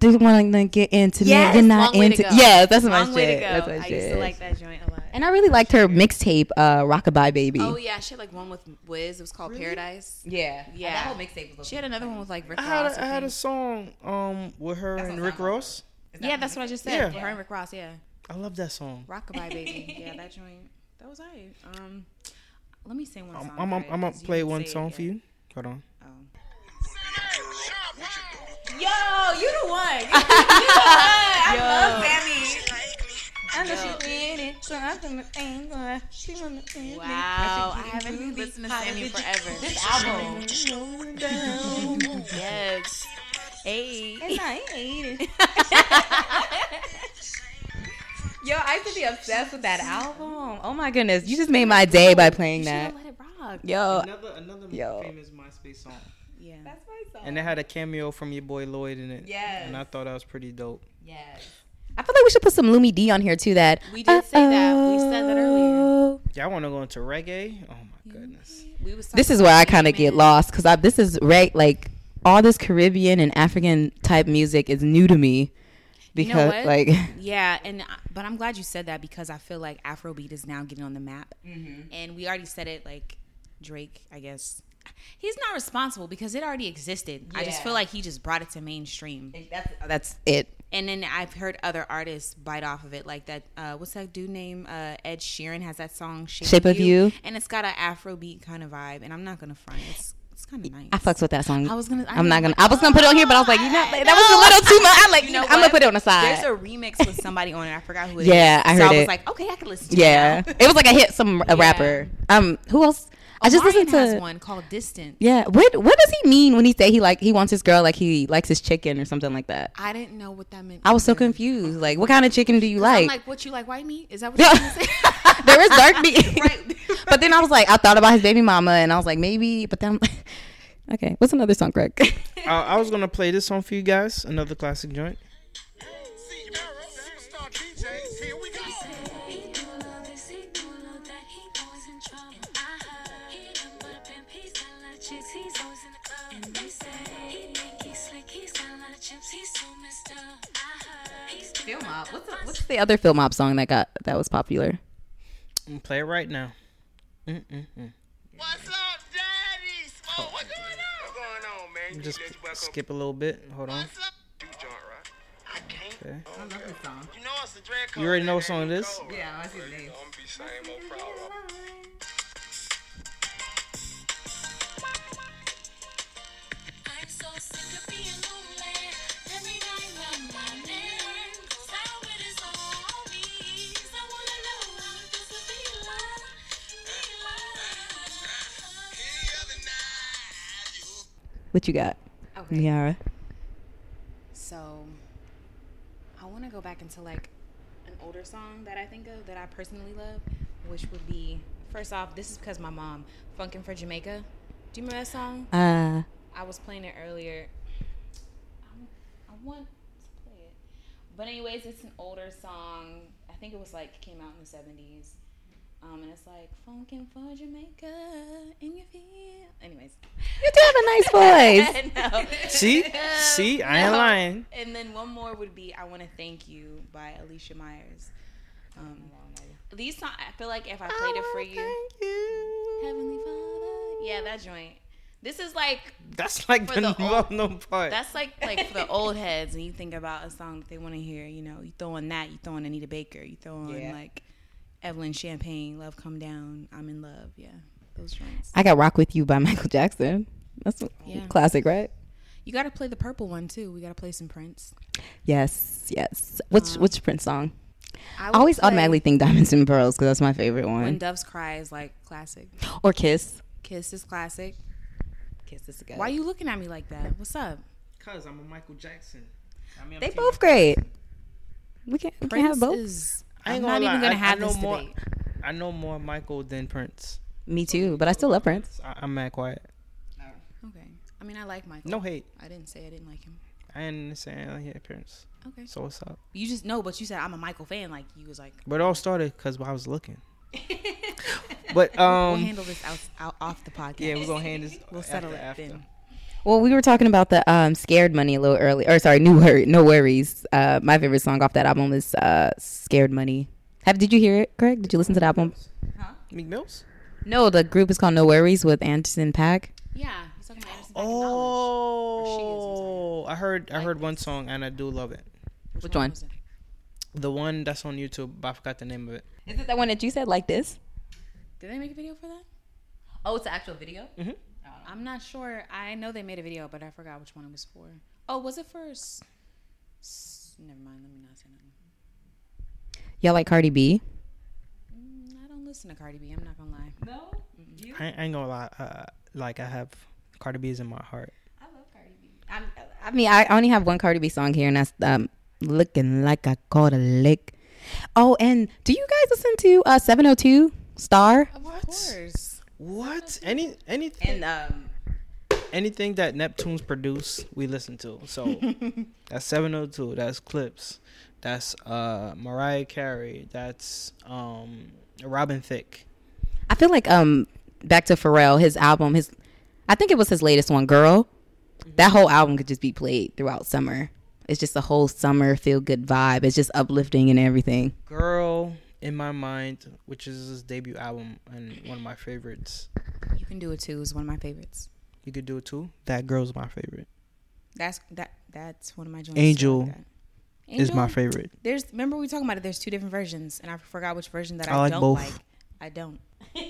Speaker 2: do you want to get into
Speaker 4: Yes,
Speaker 2: me? You're not
Speaker 4: Long Way to
Speaker 2: into.
Speaker 4: Go.
Speaker 2: Yes, that's my
Speaker 4: long
Speaker 2: shit.
Speaker 4: way to go.
Speaker 2: That's my
Speaker 4: I used
Speaker 2: shit.
Speaker 4: to like that joint a lot.
Speaker 2: and I really liked her mixtape, uh, "Rockabye Baby."
Speaker 4: Oh yeah, she had like one with Wiz. It was called Paradise.
Speaker 2: yeah,
Speaker 4: Yeah,
Speaker 2: That whole mixtape was.
Speaker 4: She had another one with like Rick
Speaker 3: I had
Speaker 4: Ross.
Speaker 3: a, I had a song um with her and Rick Ross.
Speaker 4: yeah, that's what I just
Speaker 3: Yeah.
Speaker 4: said. Her and Rick Ross. Yeah,
Speaker 3: I love that song.
Speaker 4: Rockabye Baby. yeah, that joint. That was alright. Um, let me sing one
Speaker 3: I'm
Speaker 4: song.
Speaker 3: I'm I'm,
Speaker 4: Craig,
Speaker 3: I'm gonna
Speaker 4: 'cause you
Speaker 3: play
Speaker 4: didn't
Speaker 3: one
Speaker 4: say it
Speaker 3: song
Speaker 4: yet.
Speaker 3: for you. Hold on.
Speaker 4: Yo, you the one. You the one. I love Sammy. Wow, I haven't listened to Sammy forever. This album. yes. Hey.
Speaker 2: Yo, I used to be obsessed with that album. Oh my goodness, you just made my day by playing
Speaker 4: You
Speaker 2: that.
Speaker 4: should've Let it rock.
Speaker 2: Yo,
Speaker 3: another another
Speaker 2: Yo.
Speaker 3: famous MySpace song,
Speaker 4: Yeah.
Speaker 3: and it had a cameo from your boy Lloyd in it.
Speaker 2: Yes.
Speaker 3: and I thought that was pretty dope.
Speaker 2: yes. I feel like we should put some Lumi D on here too. That
Speaker 4: We did say that. We said that earlier.
Speaker 3: Y'all want to go into reggae? Oh my goodness.
Speaker 4: We was
Speaker 2: This
Speaker 4: talking
Speaker 2: is where I
Speaker 4: about
Speaker 2: kind of
Speaker 4: Jamaican
Speaker 2: get lost because I this is right like all this Caribbean and African type music is new to me
Speaker 4: You
Speaker 2: because
Speaker 4: know what?
Speaker 2: like
Speaker 4: yeah, and uh, but I'm glad you said that because I feel like Afrobeat is now getting on the map, and we already said it. Like Drake, I guess he's not responsible because it already existed. I just
Speaker 2: Yeah.
Speaker 4: feel like he just brought it to mainstream,
Speaker 2: that's that's it.
Speaker 4: and then I've heard other artists bite off of it. Like that, uh, what's that dude name? Uh, Ed Sheeran has that song Shape,
Speaker 2: Shape of You.
Speaker 4: and it's got an Afrobeat kind of vibe. And I'm not gonna front. It's it's kind of nice.
Speaker 2: I fucks with that song.
Speaker 4: I was gonna.
Speaker 2: I'm not gonna. I was gonna put it on here, but I was like, you know, that was a little too much. I like.
Speaker 4: You know
Speaker 2: I'm gonna
Speaker 4: what?
Speaker 2: put it on the side.
Speaker 4: There's a remix with somebody on it. I forgot who it is.
Speaker 2: Yeah, I
Speaker 4: so
Speaker 2: heard
Speaker 4: I was
Speaker 2: it.
Speaker 4: like, okay, I can listen to
Speaker 2: yeah,
Speaker 4: it. now.
Speaker 2: it was like I hit some a
Speaker 4: Yeah.
Speaker 2: rapper. Um, who else? I just
Speaker 4: Omarion
Speaker 2: listened to
Speaker 4: has one called Distant.
Speaker 2: Yeah. What What does he mean when he say he like he wants his girl like he likes his chicken or something like that?
Speaker 4: I didn't know what that meant.
Speaker 2: I was so
Speaker 4: either.
Speaker 2: confused. Like, what kind of chicken do you like?
Speaker 4: I'm like, what you like, white meat? Is that what
Speaker 2: Yeah.
Speaker 4: you're saying?
Speaker 2: there is dark meat.
Speaker 4: Right.
Speaker 2: but then I was like, I thought about his baby mama, and I was like, maybe. But then, okay, what's another song, Greg?
Speaker 3: uh, I was gonna play this song for you guys, another classic joint.
Speaker 2: Phil Mob. What's the, what's the other Phil Mob song that got that was popular?
Speaker 3: I'm gonna play it right now.
Speaker 10: What's up, daddies? Oh, what's going on? What's going on, man? You
Speaker 3: Just
Speaker 10: just
Speaker 3: p- skip a little bit. Hold on.
Speaker 10: What's up? You joint, right? I can't.
Speaker 3: Okay.
Speaker 5: Oh,
Speaker 10: I love this song. You know it's the drag
Speaker 3: You already know what song it is?
Speaker 10: Yeah, I see the name. I'm be same old proud.
Speaker 2: What you got,
Speaker 4: Okay.
Speaker 2: Niara?
Speaker 4: So I want to go back into like an older song that I think of that I personally love, which would be first off, this is because my mom, Funkin' for Jamaica. Do you remember that song?
Speaker 2: Uh,
Speaker 4: I was playing it earlier. I, I want to play it. But anyways, it's an older song. I think it was like came out in the seventies. Um, and it's like funkin' for Jamaica in your feel. Anyways,
Speaker 2: you do have a nice voice.
Speaker 4: no.
Speaker 3: See, see, I ain't
Speaker 4: No.
Speaker 3: lying.
Speaker 4: And then one more would be "I Want to Thank You" by Alicia Myers. Um, these songs, I feel like if I played it for you, Heavenly Father, yeah, that joint. This is like
Speaker 3: That's like
Speaker 4: For
Speaker 3: the,
Speaker 4: the
Speaker 3: well
Speaker 4: old-
Speaker 3: known part.
Speaker 4: that's like like for the old heads, and you think about a song that they want to hear. You know, you throw on that, you throw on Anita Baker, you throw on
Speaker 2: Yeah.
Speaker 4: like Evelyn Champagne, "Love Come Down," "I'm in Love," yeah, those joints.
Speaker 2: I got "Rock with You" by Michael Jackson. That's a
Speaker 4: Yeah.
Speaker 2: classic, right?
Speaker 4: You got to play the purple one too. We got to play some Prince.
Speaker 2: Yes, yes. What's what's Prince song?
Speaker 4: Um, I,
Speaker 2: I
Speaker 4: would
Speaker 2: always
Speaker 4: play
Speaker 2: automatically think Diamonds and Pearls because that's my favorite
Speaker 4: when
Speaker 2: one.
Speaker 4: Doves Cry is like classic.
Speaker 2: Or Kiss.
Speaker 4: Kiss is classic.
Speaker 2: Kiss is good.
Speaker 4: Why you looking at me like that? What's up?
Speaker 3: Cause I'm a Michael Jackson. I mean, I'm
Speaker 2: They
Speaker 3: team-
Speaker 2: both great. We can't, we can't have both.
Speaker 4: is.
Speaker 3: I
Speaker 4: I'm
Speaker 3: ain't
Speaker 4: not
Speaker 3: gonna
Speaker 4: even
Speaker 3: lie,
Speaker 4: gonna
Speaker 3: I- I
Speaker 4: have
Speaker 3: know
Speaker 4: this
Speaker 3: more,
Speaker 4: debate.
Speaker 3: I know more Michael than Prince.
Speaker 2: Me too, but I still love Prince.
Speaker 3: I, I'm mad quiet.
Speaker 4: Okay. I mean, I like Michael.
Speaker 3: No hate.
Speaker 4: I didn't say I didn't like him.
Speaker 3: I ain't saying I hate Prince.
Speaker 4: Okay.
Speaker 3: So what's up?
Speaker 4: You just know, but you said I'm a Michael fan. Like you was like,
Speaker 3: But it all started because I was looking. but
Speaker 4: we'll
Speaker 3: um,
Speaker 4: handle this out, out off the podcast.
Speaker 3: yeah, we're gonna hand this.
Speaker 4: We'll
Speaker 3: after-
Speaker 4: settle it
Speaker 3: after.
Speaker 4: then.
Speaker 2: Well, we were talking about the um, scared money a little early, or sorry, new worry, no worries. Uh, my favorite song off that album is uh, "Scared Money." Have did you hear it, Greg? Did you listen to the album?
Speaker 3: Meek Mills.
Speaker 2: No, the group is called No Worries with Anderson Pack.
Speaker 4: Yeah, he's talking about Anderson Paak and Knowledge.
Speaker 3: Oh, I heard I heard one song and I do love it.
Speaker 2: Which one?
Speaker 4: was it?
Speaker 3: The one that's on YouTube, but I forgot the name of it.
Speaker 2: Is it that one that you said like this?
Speaker 4: Did they make a video for that?
Speaker 2: Oh, it's an actual video.
Speaker 4: I'm not sure. I know they made a video, but I forgot which one it was for. Oh, was it for? S- s- Never mind. Let me not say nothing.
Speaker 2: Y'all like Cardi B?
Speaker 4: Mm, I don't listen to Cardi B. I'm not gonna lie.
Speaker 2: No,
Speaker 3: I, I ain't gonna lie. Uh, like I have Cardi B's in my heart.
Speaker 4: I love Cardi B. I'm,
Speaker 2: I mean, I only have one Cardi B song here, and that's um, "Looking Like I Caught a Lick." Oh, and do you guys listen to uh 702 Star?
Speaker 4: Of course.
Speaker 3: What? Any any
Speaker 4: And um,
Speaker 3: anything that Neptunes produce, we listen to. So that's 702. That's Clips. That's uh, Mariah Carey. That's um, Robin Thicke.
Speaker 2: I feel like um back to Pharrell, his album, his I think it was his latest one, Girl. That whole album could just be played throughout summer. It's just a whole summer feel good vibe. It's just uplifting and everything.
Speaker 3: Girl in My Mind, which is his debut album and one of my favorites.
Speaker 4: you can do it too. Is one of my favorites.
Speaker 3: You could do it too. That girl's my favorite.
Speaker 4: That's that. That's one of my joints.
Speaker 3: Angel
Speaker 4: Like that.
Speaker 3: Is my favorite.
Speaker 4: There's remember we were talking about it. There's two different versions, and I forgot which version that
Speaker 3: I
Speaker 4: I,
Speaker 3: like
Speaker 4: don't
Speaker 3: both.
Speaker 4: like. I don't.
Speaker 3: All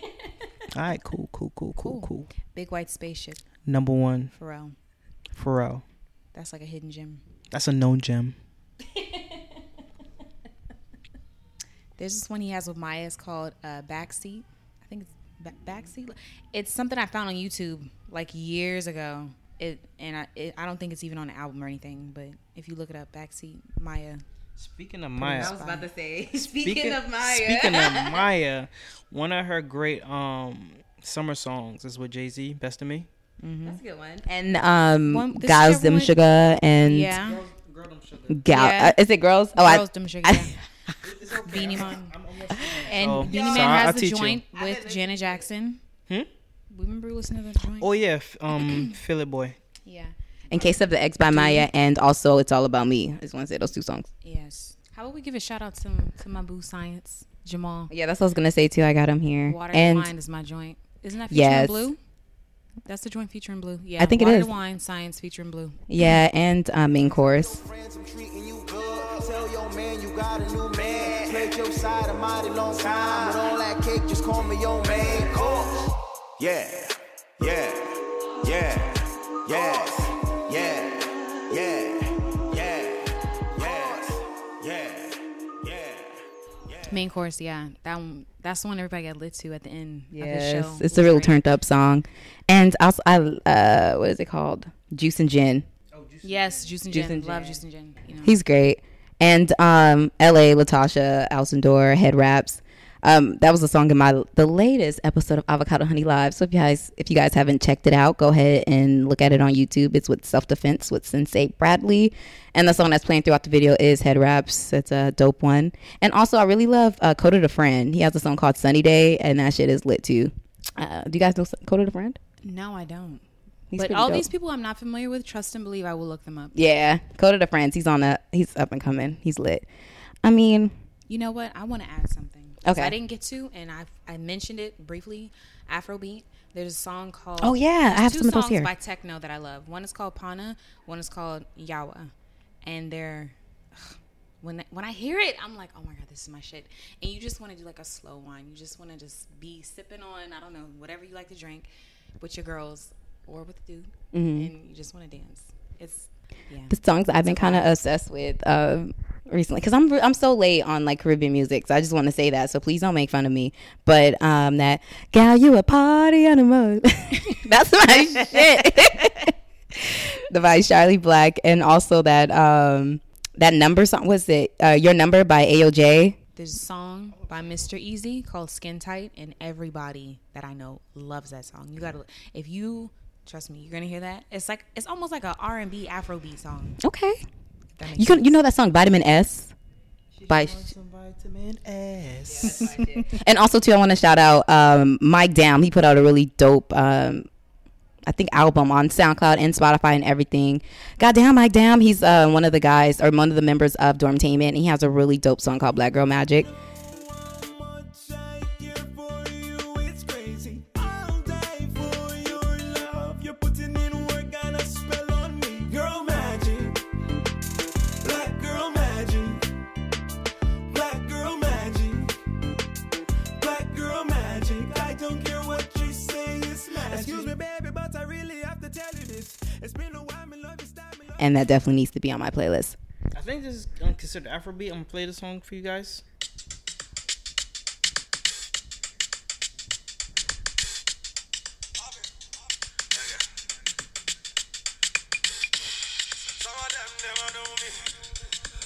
Speaker 3: right, cool, cool, cool, cool,
Speaker 4: Cool.
Speaker 3: cool.
Speaker 4: Big white spaceship,
Speaker 3: Number one,
Speaker 4: Pharrell.
Speaker 3: Pharrell.
Speaker 4: That's like a hidden gem.
Speaker 3: That's a known gem.
Speaker 4: There's this one he has with Maya. It's called uh, Backseat. I think it's ba- Backseat. It's something I found on YouTube like years ago. It and I it, I don't think it's even on an album or anything. But if you look it up, Backseat Maya.
Speaker 3: Speaking of Maya,
Speaker 4: about to say.
Speaker 3: speaking of Maya, speaking of Maya, one of her great um summer songs is with Jay Z, "Best of Me."
Speaker 4: That's a good one.
Speaker 2: And um
Speaker 4: One- this
Speaker 2: Gals
Speaker 4: is
Speaker 2: Them
Speaker 4: everyone-
Speaker 2: Sugar and
Speaker 4: Yeah.
Speaker 2: Gal
Speaker 4: Yeah.
Speaker 2: uh, is it girls? Oh
Speaker 4: Girls Them Sugar, yeah. Beanie Man. And
Speaker 3: Oh,
Speaker 4: Beanie
Speaker 3: so
Speaker 4: Man
Speaker 3: I- I'll
Speaker 4: has the
Speaker 3: teach you.
Speaker 4: joint with Janet Jackson.
Speaker 3: Hmm?
Speaker 4: We remember listening to the joint.
Speaker 3: Oh yeah, f- um, Philly Boy.
Speaker 4: Yeah.
Speaker 2: In Case of the Ex by Maya and also It's All About Me. I just want to say those two songs.
Speaker 4: Yes. How about we give a shout out to to my boo Science Jamal?
Speaker 2: Yeah, that's what I was gonna say too. I got them here.
Speaker 4: Water
Speaker 2: and
Speaker 4: and wine is my joint. Isn't that featuring
Speaker 2: Yes.
Speaker 4: blue? That's the joint featuring blue. Yeah,
Speaker 2: think it
Speaker 4: water
Speaker 2: is.
Speaker 4: to wine science featuring blue.
Speaker 2: yeah, and uh, main chorus.
Speaker 10: friends, I'm treating you good. Tell your man you got a new man. Played your side a mighty long time. With all that cake, just call me your man. Yeah, yeah, yeah, yes, yeah, yeah, yeah, yes, yeah, yeah.
Speaker 4: Main course, yeah, that one. That's the one everybody got lit to at the end. of the show.
Speaker 2: Yes, it's
Speaker 4: It
Speaker 2: a
Speaker 4: was
Speaker 2: real
Speaker 4: great.
Speaker 2: turned up song. And also, I uh, what is it called? Juice and Gin.
Speaker 4: Yes, Juice and
Speaker 2: Juice
Speaker 4: Gin.
Speaker 2: and
Speaker 4: Love
Speaker 2: Gin.
Speaker 4: Juice and Gin. You know.
Speaker 2: He's great. And um, L.A. Latasha Alcindor head raps. Um, that was a song in my the latest episode of Avocado Honey Live. So if you guys if you guys haven't checked it out, go ahead and look at it on YouTube. It's with Self Defense with Sensei Bradley, and the song that's playing throughout the video is Head Raps. It's a dope one. And also, I really love uh, Coda the Friend. He has a song called Sunny Day, and that shit is lit too. Uh, do you guys know Coda the Friend?
Speaker 4: no, I don't.
Speaker 2: He's
Speaker 4: but
Speaker 2: pretty
Speaker 4: all
Speaker 2: dope.
Speaker 4: these people I'm not familiar with, trust and believe, I will look them up.
Speaker 2: Yeah, Coda the Friends. He's on a he's up and coming. He's lit. I mean,
Speaker 4: You know what? I want to add something. 'Cause
Speaker 2: Okay.
Speaker 4: I didn't get to, and I I mentioned it briefly. Afrobeat. There's a song called.
Speaker 2: Oh, yeah. I
Speaker 4: there's
Speaker 2: have
Speaker 4: two
Speaker 2: some of those
Speaker 4: songs
Speaker 2: here.
Speaker 4: by Techno that I love. One is called Pana. One is called Yawa, and they're. ugh, When, when I hear it, I'm like, oh my god, this is my shit. And you just want to do like a slow wine. You just want to just be sipping on, I don't know, whatever you like to drink, with your girls or with a dude,
Speaker 2: Mm-hmm.
Speaker 4: and you just want to dance. It's yeah.
Speaker 2: the songs I've been kind of obsessed with um, recently because I'm I'm so late on like Caribbean music, so I just want to say that. So please don't make fun of me. But um, that gal, you a party animal. That's my shit. the by Charlie Black, and also that um, that number song was it uh, your number by AOJ.
Speaker 4: There's a song by Mr. Easy called Skin Tight, and everybody that I know loves that song. You gotta, if you trust me, you're gonna hear that. It's like it's almost like a R and B Afrobeat song.
Speaker 2: Okay,
Speaker 4: if That makes
Speaker 2: you can you know that song Vitamin S by.
Speaker 3: Vitamin S.
Speaker 2: And also too, I want to shout out um, Mike Down. He put out a really dope, um, I think, album on SoundCloud and Spotify and everything. Goddamn, Mike Down. He's uh, one of the guys or one of the members of Dormtainment, and he has a really dope song called Black Girl Magic.
Speaker 8: Excuse me, baby, but I really have to tell you this. It's been a while, me love you, style, me love
Speaker 2: And that definitely needs to be on my playlist.
Speaker 3: I think this is um, considered Afrobeat. I'm gonna play this song for you guys.
Speaker 8: Some of them never know me.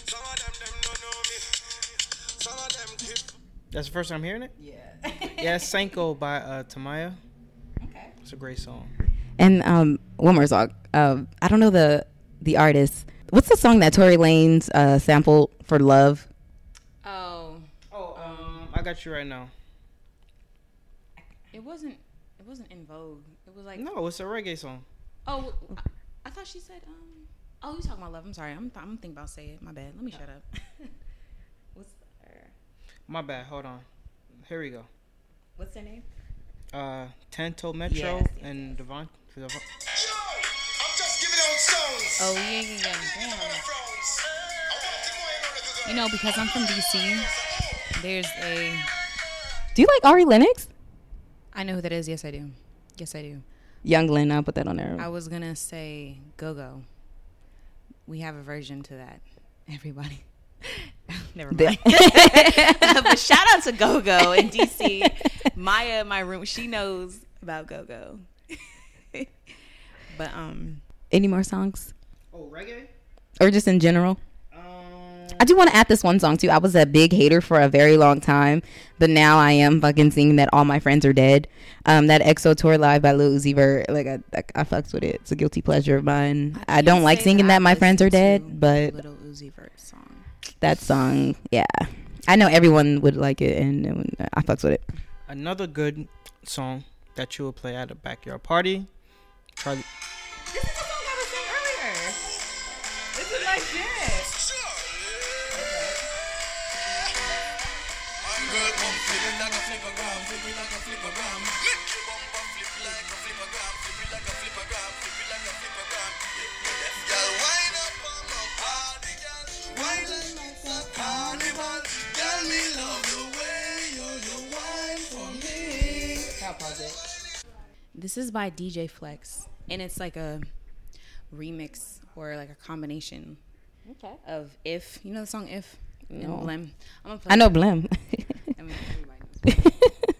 Speaker 8: Some of them them don't know me. Some
Speaker 3: That's the first time I'm hearing it.
Speaker 2: Yeah.
Speaker 3: Yeah, it's Sanko by uh, Tamaya. Okay. It's a great song.
Speaker 2: And um, one more song. Um, I don't know the the artist. What's the song that Tory Lanez uh, sampled for "Love"?
Speaker 4: Oh,
Speaker 3: Oh, um, I got you right now.
Speaker 4: it wasn't. It wasn't in vogue. It was like
Speaker 3: No, it's a reggae song.
Speaker 4: Oh, I, I thought she said. Um, oh, you talking about love? I'm sorry. I'm. I'm thinking about say it. My bad. Let me shut up. what's her?
Speaker 3: My bad. Hold on. Here we go.
Speaker 4: What's her name?
Speaker 3: Uh, Tanto Metro
Speaker 4: Yes, yes,
Speaker 3: and Devon. Devon-
Speaker 4: Oh yeah, yeah, yeah. Damn. You know, because I'm from DC, there's a.
Speaker 2: Do you like Ari Lennox?
Speaker 4: I know who that is. Yes, I do. Yes, I do.
Speaker 2: Young Lin, I'll put that on there.
Speaker 4: I was gonna say go go. We have a version to that. Everybody. Never
Speaker 2: The-
Speaker 4: mind. but shout out to Go Go in DC. Maya, my room, she knows about Go Go. but um,
Speaker 2: Any more songs,
Speaker 3: Oh, reggae.
Speaker 2: or just in general?
Speaker 3: Um,
Speaker 2: I do want to add this one song too. I was a big hater for a very long time, but now I am fucking seeing that all my friends are dead. Um, that EXO tour live by Lil Uzi Vert, like I, I, I fucks with it. It's a guilty pleasure of mine. I, don't
Speaker 4: can't
Speaker 2: like
Speaker 4: say
Speaker 2: singing
Speaker 4: I
Speaker 2: that my friends are
Speaker 4: listened to
Speaker 2: dead, but
Speaker 4: Little Uzi Vert song.
Speaker 2: that song, yeah, I know everyone would like it, and, and I fucks with it.
Speaker 3: another good song that you would play at a backyard party. Charlie.
Speaker 4: This is the song I was saying earlier. This is like this. This is by DJ Flex, and it's like a remix or like a combination okay. of "If." You know the song "If." and
Speaker 2: No.
Speaker 4: Blem. I'm gonna play
Speaker 2: I know
Speaker 4: that.
Speaker 2: Blim.
Speaker 4: I mean, everybody knows Blem.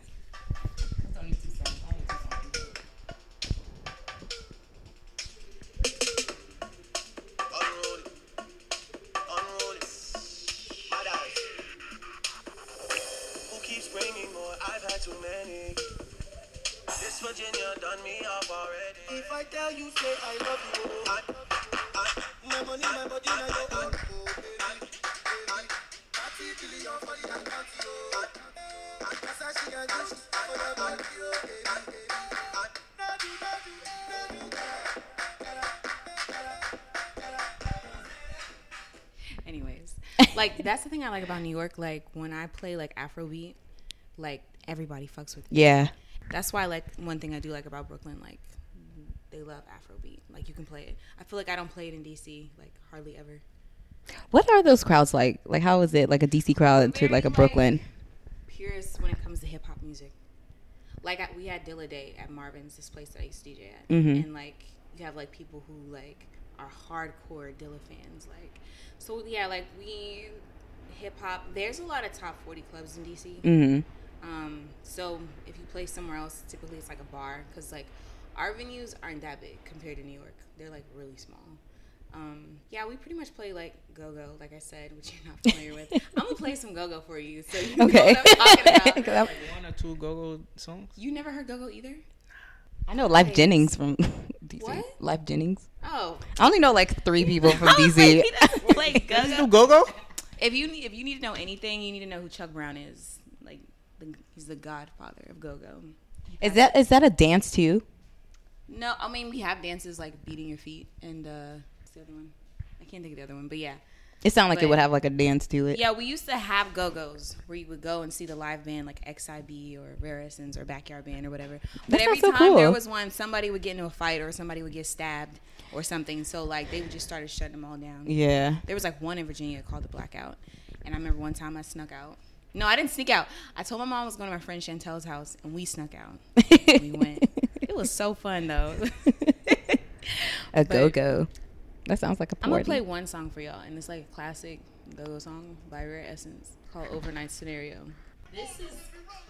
Speaker 6: Unruly. Unruly. My diary. Who keeps bringing more? I've had too many. This Virginia done me up already. If I tell you, say I love you. I, I, my money, my body, now your own. Oh, baby, baby. Party till your body can count you. I guess I should have just for your body, oh, baby, baby. I love you, love you, love you, girl.
Speaker 4: Anyways, like that's the thing I like about New York. Like when I play like Afrobeat, like everybody fucks with it.
Speaker 2: yeah,
Speaker 4: That's why like one thing I do like about Brooklyn, like they love Afrobeat. Like you can play it. I feel like I don't play it in DC like hardly ever.
Speaker 2: what are those crowds like? Like, how is it like a DC crowd to like a
Speaker 4: Very, like-
Speaker 2: Brooklyn?
Speaker 4: Purist when it comes to hip hop music. Like I, we had Dilla Day at Marvin's, this place that I used to DJ at,
Speaker 2: Mm-hmm.
Speaker 4: and like you have like people who like are hardcore Dilla fans. Like so, yeah, like we hip hop. There's a lot of top forty clubs in DC.
Speaker 2: Mm-hmm.
Speaker 4: Um, so if you play somewhere else, typically it's like a bar because like our venues aren't that big compared to New York. They're like really small. Um, yeah, we pretty much play like go go, like I said, which you're not familiar with. I'm gonna play some go go for you, so you
Speaker 2: Okay.
Speaker 4: know what I'm talking about.
Speaker 3: One or two go-go songs.
Speaker 4: You never heard go go either?
Speaker 2: I know Life
Speaker 4: Nice.
Speaker 2: Jennings from DC.
Speaker 4: What?
Speaker 2: Life Jennings.
Speaker 4: Oh,
Speaker 2: I only know like three people from
Speaker 4: I was like,
Speaker 2: DC.
Speaker 4: he doesn't play go go.
Speaker 3: Go-go?
Speaker 4: If you need, if you need to know anything, you need to know who Chuck Brown is. Like, the, he's the godfather of go go.
Speaker 2: Is that is that a dance too?
Speaker 4: No, I mean we have dances like beating your feet and uh what's the other one? I can't think of the other one, but yeah.
Speaker 2: It sounded like it
Speaker 4: But-
Speaker 2: would have like a dance to it.
Speaker 4: Yeah, we used to have go-go's where you would go and see the live band like XIB or Rare Essence or Backyard Band or whatever. But
Speaker 2: That
Speaker 4: every
Speaker 2: sounds so
Speaker 4: time there
Speaker 2: cool.
Speaker 4: was one, somebody would get into a fight or somebody would get stabbed or something. So like they would just started shutting them all down.
Speaker 2: Yeah.
Speaker 4: There was like one in Virginia called the Blackout, and I remember one time I snuck out. No, I didn't sneak out. I told my mom I was going to my friend Chantel's house, and we snuck out. we went. It was so fun though.
Speaker 2: a go go. That sounds like a
Speaker 4: I'm gonna
Speaker 2: party.
Speaker 4: play one song for y'all, and it's like a classic go song by Rare Essence called "Overnight Scenario." This is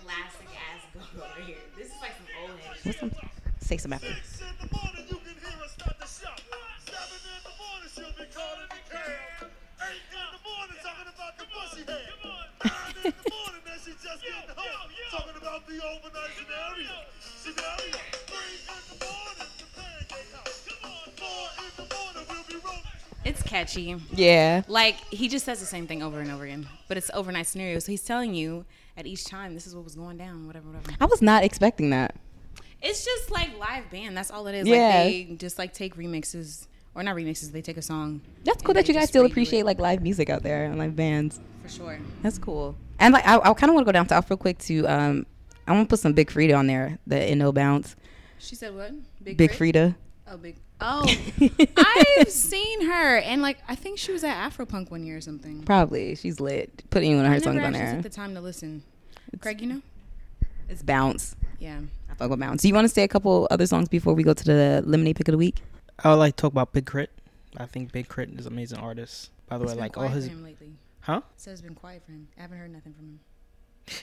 Speaker 4: classic ass go right here. This is like some old head.
Speaker 2: What's some- say some after.
Speaker 6: Six in the morning, you can hear us start to shout. Seven in the morning, she'll be calling the cab. Eight in the morning, talking about the pussy head. Nine in the morning, overnight scenario. Scenario. Three in the morning. The pancake house. Come on, four in the morning. We'll be rolling.
Speaker 4: It's catchy.
Speaker 2: Yeah.
Speaker 4: Like he just says the same thing over and over again, but it's overnight scenario. So he's telling you at each time this is what was going down, whatever, whatever.
Speaker 2: I was not expecting that.
Speaker 4: It's just like live band. That's all it is.
Speaker 2: Yeah.
Speaker 4: Like they just like take remixes or not remixes. They take a song.
Speaker 2: That's cool
Speaker 4: and
Speaker 2: that
Speaker 4: they
Speaker 2: you guys
Speaker 4: just
Speaker 2: still
Speaker 4: redo it
Speaker 2: appreciate like live music out there and live bands.
Speaker 4: for sure.
Speaker 2: That's cool. And like I, I kind of want to go down south real quick to um I want to put some Big Frida on there. The in no bounce.
Speaker 4: She said what?
Speaker 2: Big
Speaker 4: Crit?
Speaker 2: Frida.
Speaker 4: Oh, big. Oh, I've seen her, and like I think she was at Afropunk one year or something.
Speaker 2: Probably she's lit. Putting one of her
Speaker 4: I never
Speaker 2: songs on
Speaker 4: actually
Speaker 2: there.
Speaker 4: took the time to listen. Craig, you know?
Speaker 2: It's bounce.
Speaker 4: Yeah.
Speaker 2: I fuck with bounce. Do you want to say a couple other songs before we go to the lemonade pick of the week?
Speaker 3: I would like to talk about Big Crit. I think Big Crit is an amazing artist. By the
Speaker 4: It's
Speaker 3: way,
Speaker 4: been
Speaker 3: like all
Speaker 4: quiet
Speaker 3: his
Speaker 4: for him lately.
Speaker 3: huh,
Speaker 4: So it's been quiet for him. I haven't heard nothing from him.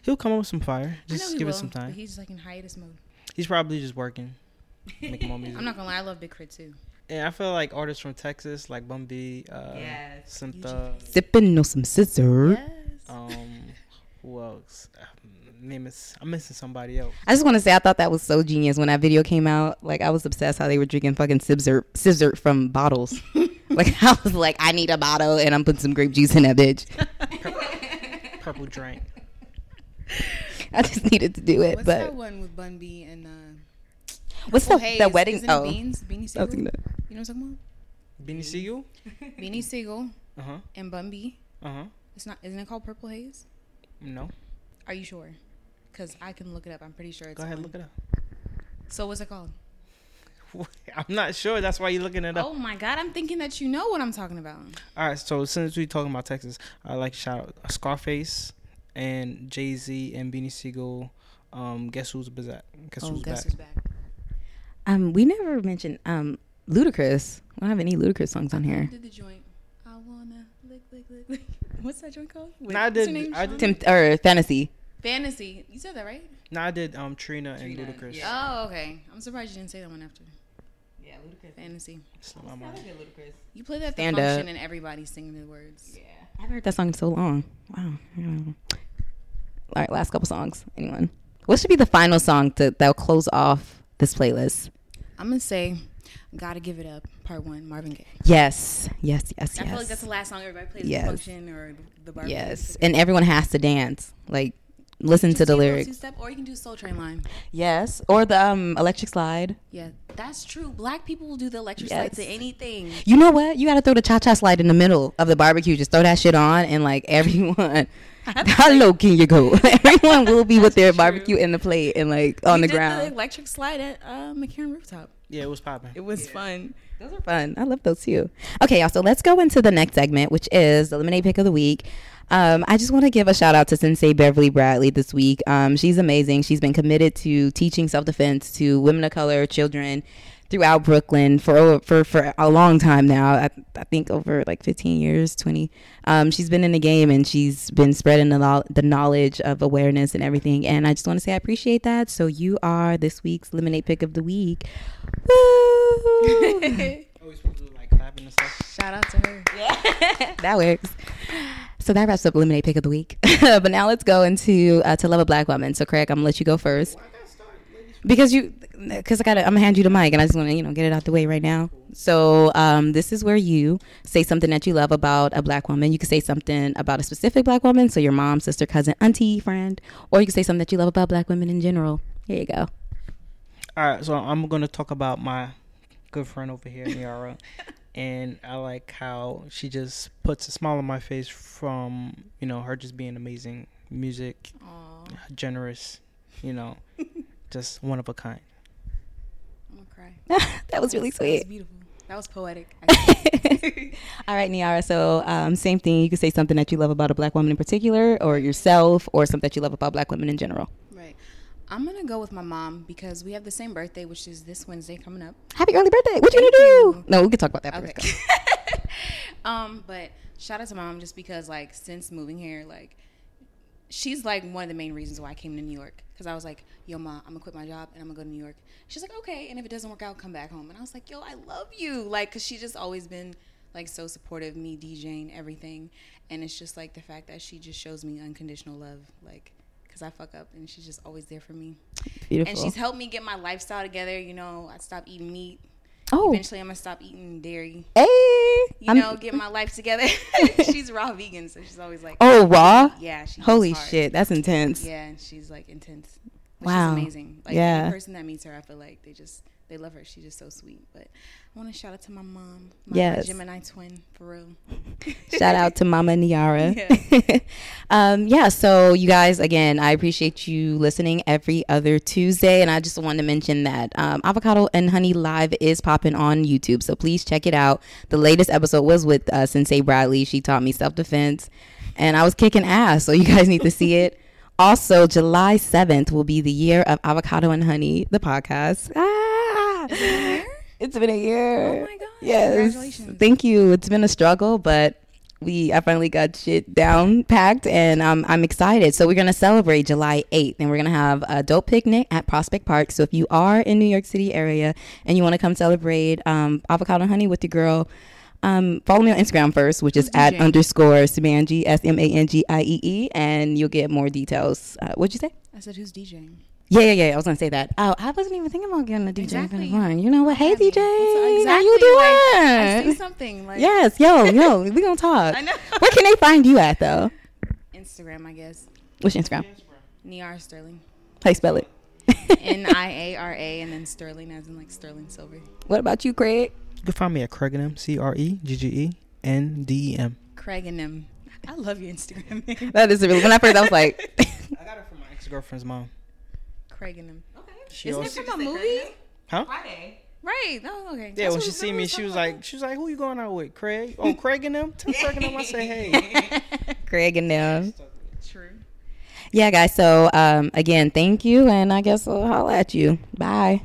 Speaker 3: he'll come up with some fire.
Speaker 4: I
Speaker 3: Just
Speaker 4: know he
Speaker 3: give
Speaker 4: will,
Speaker 3: it some
Speaker 4: But
Speaker 3: time.
Speaker 4: he's like in hiatus mode.
Speaker 3: He's probably just working, making more music.
Speaker 4: I'm not gonna lie, I love Big Crit too.
Speaker 3: and I feel like artists from Texas, like Bum B, uh,
Speaker 4: Yes,
Speaker 3: Syntha,
Speaker 2: Sipping on some scissor.
Speaker 3: um, who else? Um, Name is I'm missing somebody else.
Speaker 2: I just want to say I thought that was so genius when that video came out. Like I was obsessed how they were drinking fucking scissor scissor from bottles. like I was like, I need a bottle and I'm putting some grape juice in that bitch.
Speaker 3: Purple Drink.
Speaker 2: I just needed to do it.
Speaker 4: What's
Speaker 2: but
Speaker 4: that one with Bun B and uh,
Speaker 2: what's the,
Speaker 4: Cole Hayes?
Speaker 2: the wedding?
Speaker 4: Isn't it
Speaker 2: Oh,
Speaker 4: Beans, Beanie
Speaker 2: I
Speaker 4: Siegel.
Speaker 2: was thinking that.
Speaker 4: You know what I'm
Speaker 3: Benny Siegel.
Speaker 4: talking about? Beanie Siegel
Speaker 3: Uh huh.
Speaker 4: and Bun B.
Speaker 3: Uh huh.
Speaker 4: It's not. Isn't it called Purple Haze?
Speaker 3: No.
Speaker 4: Are you sure? Because I can look it up. I'm pretty sure it's.
Speaker 3: Go ahead,
Speaker 4: on-
Speaker 3: look it up.
Speaker 4: So what's it called?
Speaker 3: I'm not sure. That's why you're looking it up.
Speaker 4: Oh my God! I'm thinking that you know what I'm talking about.
Speaker 3: All right. So since we're talking about Texas, I like to shout out Scarface and Jay Z and Beanie Siegel. Um, guess who's back? Guess
Speaker 4: Oh,
Speaker 3: who's
Speaker 4: Gus
Speaker 3: back?
Speaker 4: is back.
Speaker 2: Um, we never mentioned um Ludacris. I don't have any Ludacris songs on here.
Speaker 4: Did the joint? I wanna lick, lick, lick, lick. What's that joint called?
Speaker 3: Nah, I
Speaker 4: what's her
Speaker 3: did-
Speaker 4: name,
Speaker 3: I
Speaker 4: Sean?
Speaker 2: Tim or Fantasy.
Speaker 4: Fantasy. You said that right?
Speaker 3: No, I did um Trina and Ludacris.
Speaker 4: Oh, okay. I'm surprised you didn't say that one after.
Speaker 12: Yeah, Ludacris.
Speaker 4: Fantasy.
Speaker 3: It's not my mind.
Speaker 12: Yeah, Ludacris.
Speaker 4: You play that at the
Speaker 2: Stand
Speaker 4: function
Speaker 2: up.
Speaker 4: and everybody's singing the words.
Speaker 12: Yeah.
Speaker 2: I haven't heard that song in so long. Wow. All right, last couple songs. Anyone? What should be the final song to, that'll close off this playlist?
Speaker 4: I'm gonna say, "Gotta Give It Up," Part One, Marvin Gaye.
Speaker 2: Yes, yes, yes, yes.
Speaker 4: I feel like that's the last song everybody plays
Speaker 2: Yes.
Speaker 4: at the function or the bar.
Speaker 2: Yes, and everyone has to dance. Like, listen to the
Speaker 4: Two
Speaker 2: lyrics.
Speaker 4: step, or you can do Soul Train Line.
Speaker 2: Yes, or the um, electric slide.
Speaker 4: Yeah, that's true. Black people will do the electric
Speaker 2: Yes.
Speaker 4: slide to anything.
Speaker 2: You know what? You got to throw the cha cha slide in the middle of the barbecue. Just throw that shit on, and like everyone, how low can you go? everyone will be with their barbecue in the plate and like on the
Speaker 4: We did
Speaker 2: ground.
Speaker 4: The electric slide at uh, McCarran Rooftop.
Speaker 3: Yeah, it was popping.
Speaker 4: It was fun.
Speaker 2: Those are fun. I love those too. Okay, y'all. So let's go into the next segment, which is the lemonade pick of the week. Um, I just want to give a shout out to Sensei Beverly Bradley this week. Um, she's amazing. She's been committed to teaching self defense to women of color, children throughout Brooklyn for over, for for a long time now. I, I think over like 15 years, 20. Um, she's been in the game and she's been spreading the, lo- the knowledge of awareness and everything. And I just want to say I appreciate that. So you are this week's lemonade pick of the week. Woo!
Speaker 3: Oh, we supposed to do like clapping and stuff.
Speaker 4: Shout out to her.
Speaker 2: that works. So that wraps up Lemonade Pick of the Week. but now let's go into uh, To Love a Black Woman. So Craig, I'm gonna let you go first because you because I gotta I'm gonna hand you the mic and I just want to you know get it out the way right now. So um, this is where you say something that you love about a black woman. You can say something about a specific black woman, so your mom, sister, cousin, auntie, friend, or you can say something that you love about black women in general. Here you go.
Speaker 3: All right, so I'm gonna talk about my good friend over here, Niara, and I like how she just puts a smile on my face from you know her just being amazing, music, generous, you know, just one of a kind.
Speaker 4: I'm gonna cry.
Speaker 2: that was really
Speaker 4: That was
Speaker 2: sweet.
Speaker 4: beautiful. That was poetic.
Speaker 2: All right, Niara. So, um, same thing. You can say something that you love about a black woman in particular, or yourself, or something that you love about black women in general.
Speaker 4: right. I'm gonna go with my mom because we have the same birthday, which is this Wednesday coming up.
Speaker 2: Happy early birthday. What you gonna do? No, we can talk about that. Okay.
Speaker 4: Okay. um, but shout out to my mom just because like since moving here, like she's like one of the main reasons why I came to New York. Cause I was like, yo, ma, I'm gonna quit my job and I'm gonna go to New York. She's like, okay, and if it doesn't work out, come back home. And I was like, yo, I love you. Like, cause she just always been like so supportive, me DJing everything, and it's just like the fact that she just shows me unconditional love, like. 'cause because I fuck up, and she's just always there for me.
Speaker 2: Beautiful.
Speaker 4: And she's helped me get my lifestyle together. You know, I stopped eating meat.
Speaker 2: Oh.
Speaker 4: Eventually, I'm gonna stop eating dairy.
Speaker 2: Hey.
Speaker 4: You
Speaker 2: I'm-
Speaker 4: know, get my life together. she's raw vegan, so she's always like,
Speaker 2: Oh, raw?
Speaker 4: Yeah. She eats
Speaker 2: Holy
Speaker 4: hard.
Speaker 2: shit, that's intense.
Speaker 4: Yeah, and she's like intense. Which
Speaker 2: Wow.
Speaker 4: Is amazing. Like
Speaker 2: Yeah.
Speaker 4: the person that meets her, I feel like they just they love her. She's just so sweet. But I want to shout out to my mom, my
Speaker 2: Yes.
Speaker 4: Gemini twin, for real.
Speaker 2: Shout out to Mama Niara.
Speaker 4: Yeah.
Speaker 2: um, yeah, so you guys, again, I appreciate you listening every other Tuesday. And I just wanted to mention that um, Avocado and Honey Live is popping on YouTube. So please check it out. The latest episode was with uh, Sensei Bradley. She taught me self defense, and I was kicking ass. So you guys need to see it. Also, July 7th will be the year of Avocado and Honey, the podcast. Ah! It's been a year. Oh my gosh. Yes.
Speaker 4: Congratulations.
Speaker 2: Thank you. It's been a struggle, but we I finally got shit down packed and um, I'm excited. So we're going to celebrate July 8th and we're going to have a dope picnic at Prospect Park. So if you are in New York City area and you want to come celebrate um, avocado and honey with your girl, um, follow me on Instagram first, which is at underscore Samangie, S M A N G I E E, and you'll get more details. Uh, what'd you say?
Speaker 4: I said, who's DJing?
Speaker 2: Yeah, yeah, yeah. I was gonna say that. Oh, I wasn't even thinking about getting a DJ
Speaker 4: Exactly.
Speaker 2: for fun. You know what? Hey, DJ, how you
Speaker 4: exactly,
Speaker 2: doing?
Speaker 4: like, I see something, like-
Speaker 2: yes, yo, yo, we gonna talk.
Speaker 4: I know.
Speaker 2: Where can they find you at though?
Speaker 4: Instagram, I guess.
Speaker 2: Which Instagram?
Speaker 4: Niara Sterling.
Speaker 2: How you spell it?
Speaker 4: N I A R A and then Sterling as in like Sterling Silver.
Speaker 2: What about you, Craig?
Speaker 3: You can find me at Craignem, C R E G G E N D E M.
Speaker 4: Craig and them. I love your Instagram name.
Speaker 2: That is really. When I first, I was like,
Speaker 3: I got it from my ex girlfriend's mom.
Speaker 4: Craig and them. Okay.
Speaker 3: She
Speaker 4: Isn't it
Speaker 3: also-
Speaker 4: from a movie?
Speaker 3: Huh?
Speaker 4: Right. Oh,
Speaker 3: Yeah,
Speaker 4: okay. That's
Speaker 3: when
Speaker 4: what-
Speaker 3: she
Speaker 4: that
Speaker 3: see me,
Speaker 4: was
Speaker 3: she
Speaker 4: something
Speaker 3: was
Speaker 4: like
Speaker 3: like, she was like, who you going out with, Craig? Oh, Craig and them. Tell Craig and them I say, hey.
Speaker 2: Craig and them.
Speaker 4: that. True.
Speaker 2: Yeah, guys. So um, again, thank you, and I guess I'll holla at you. Bye.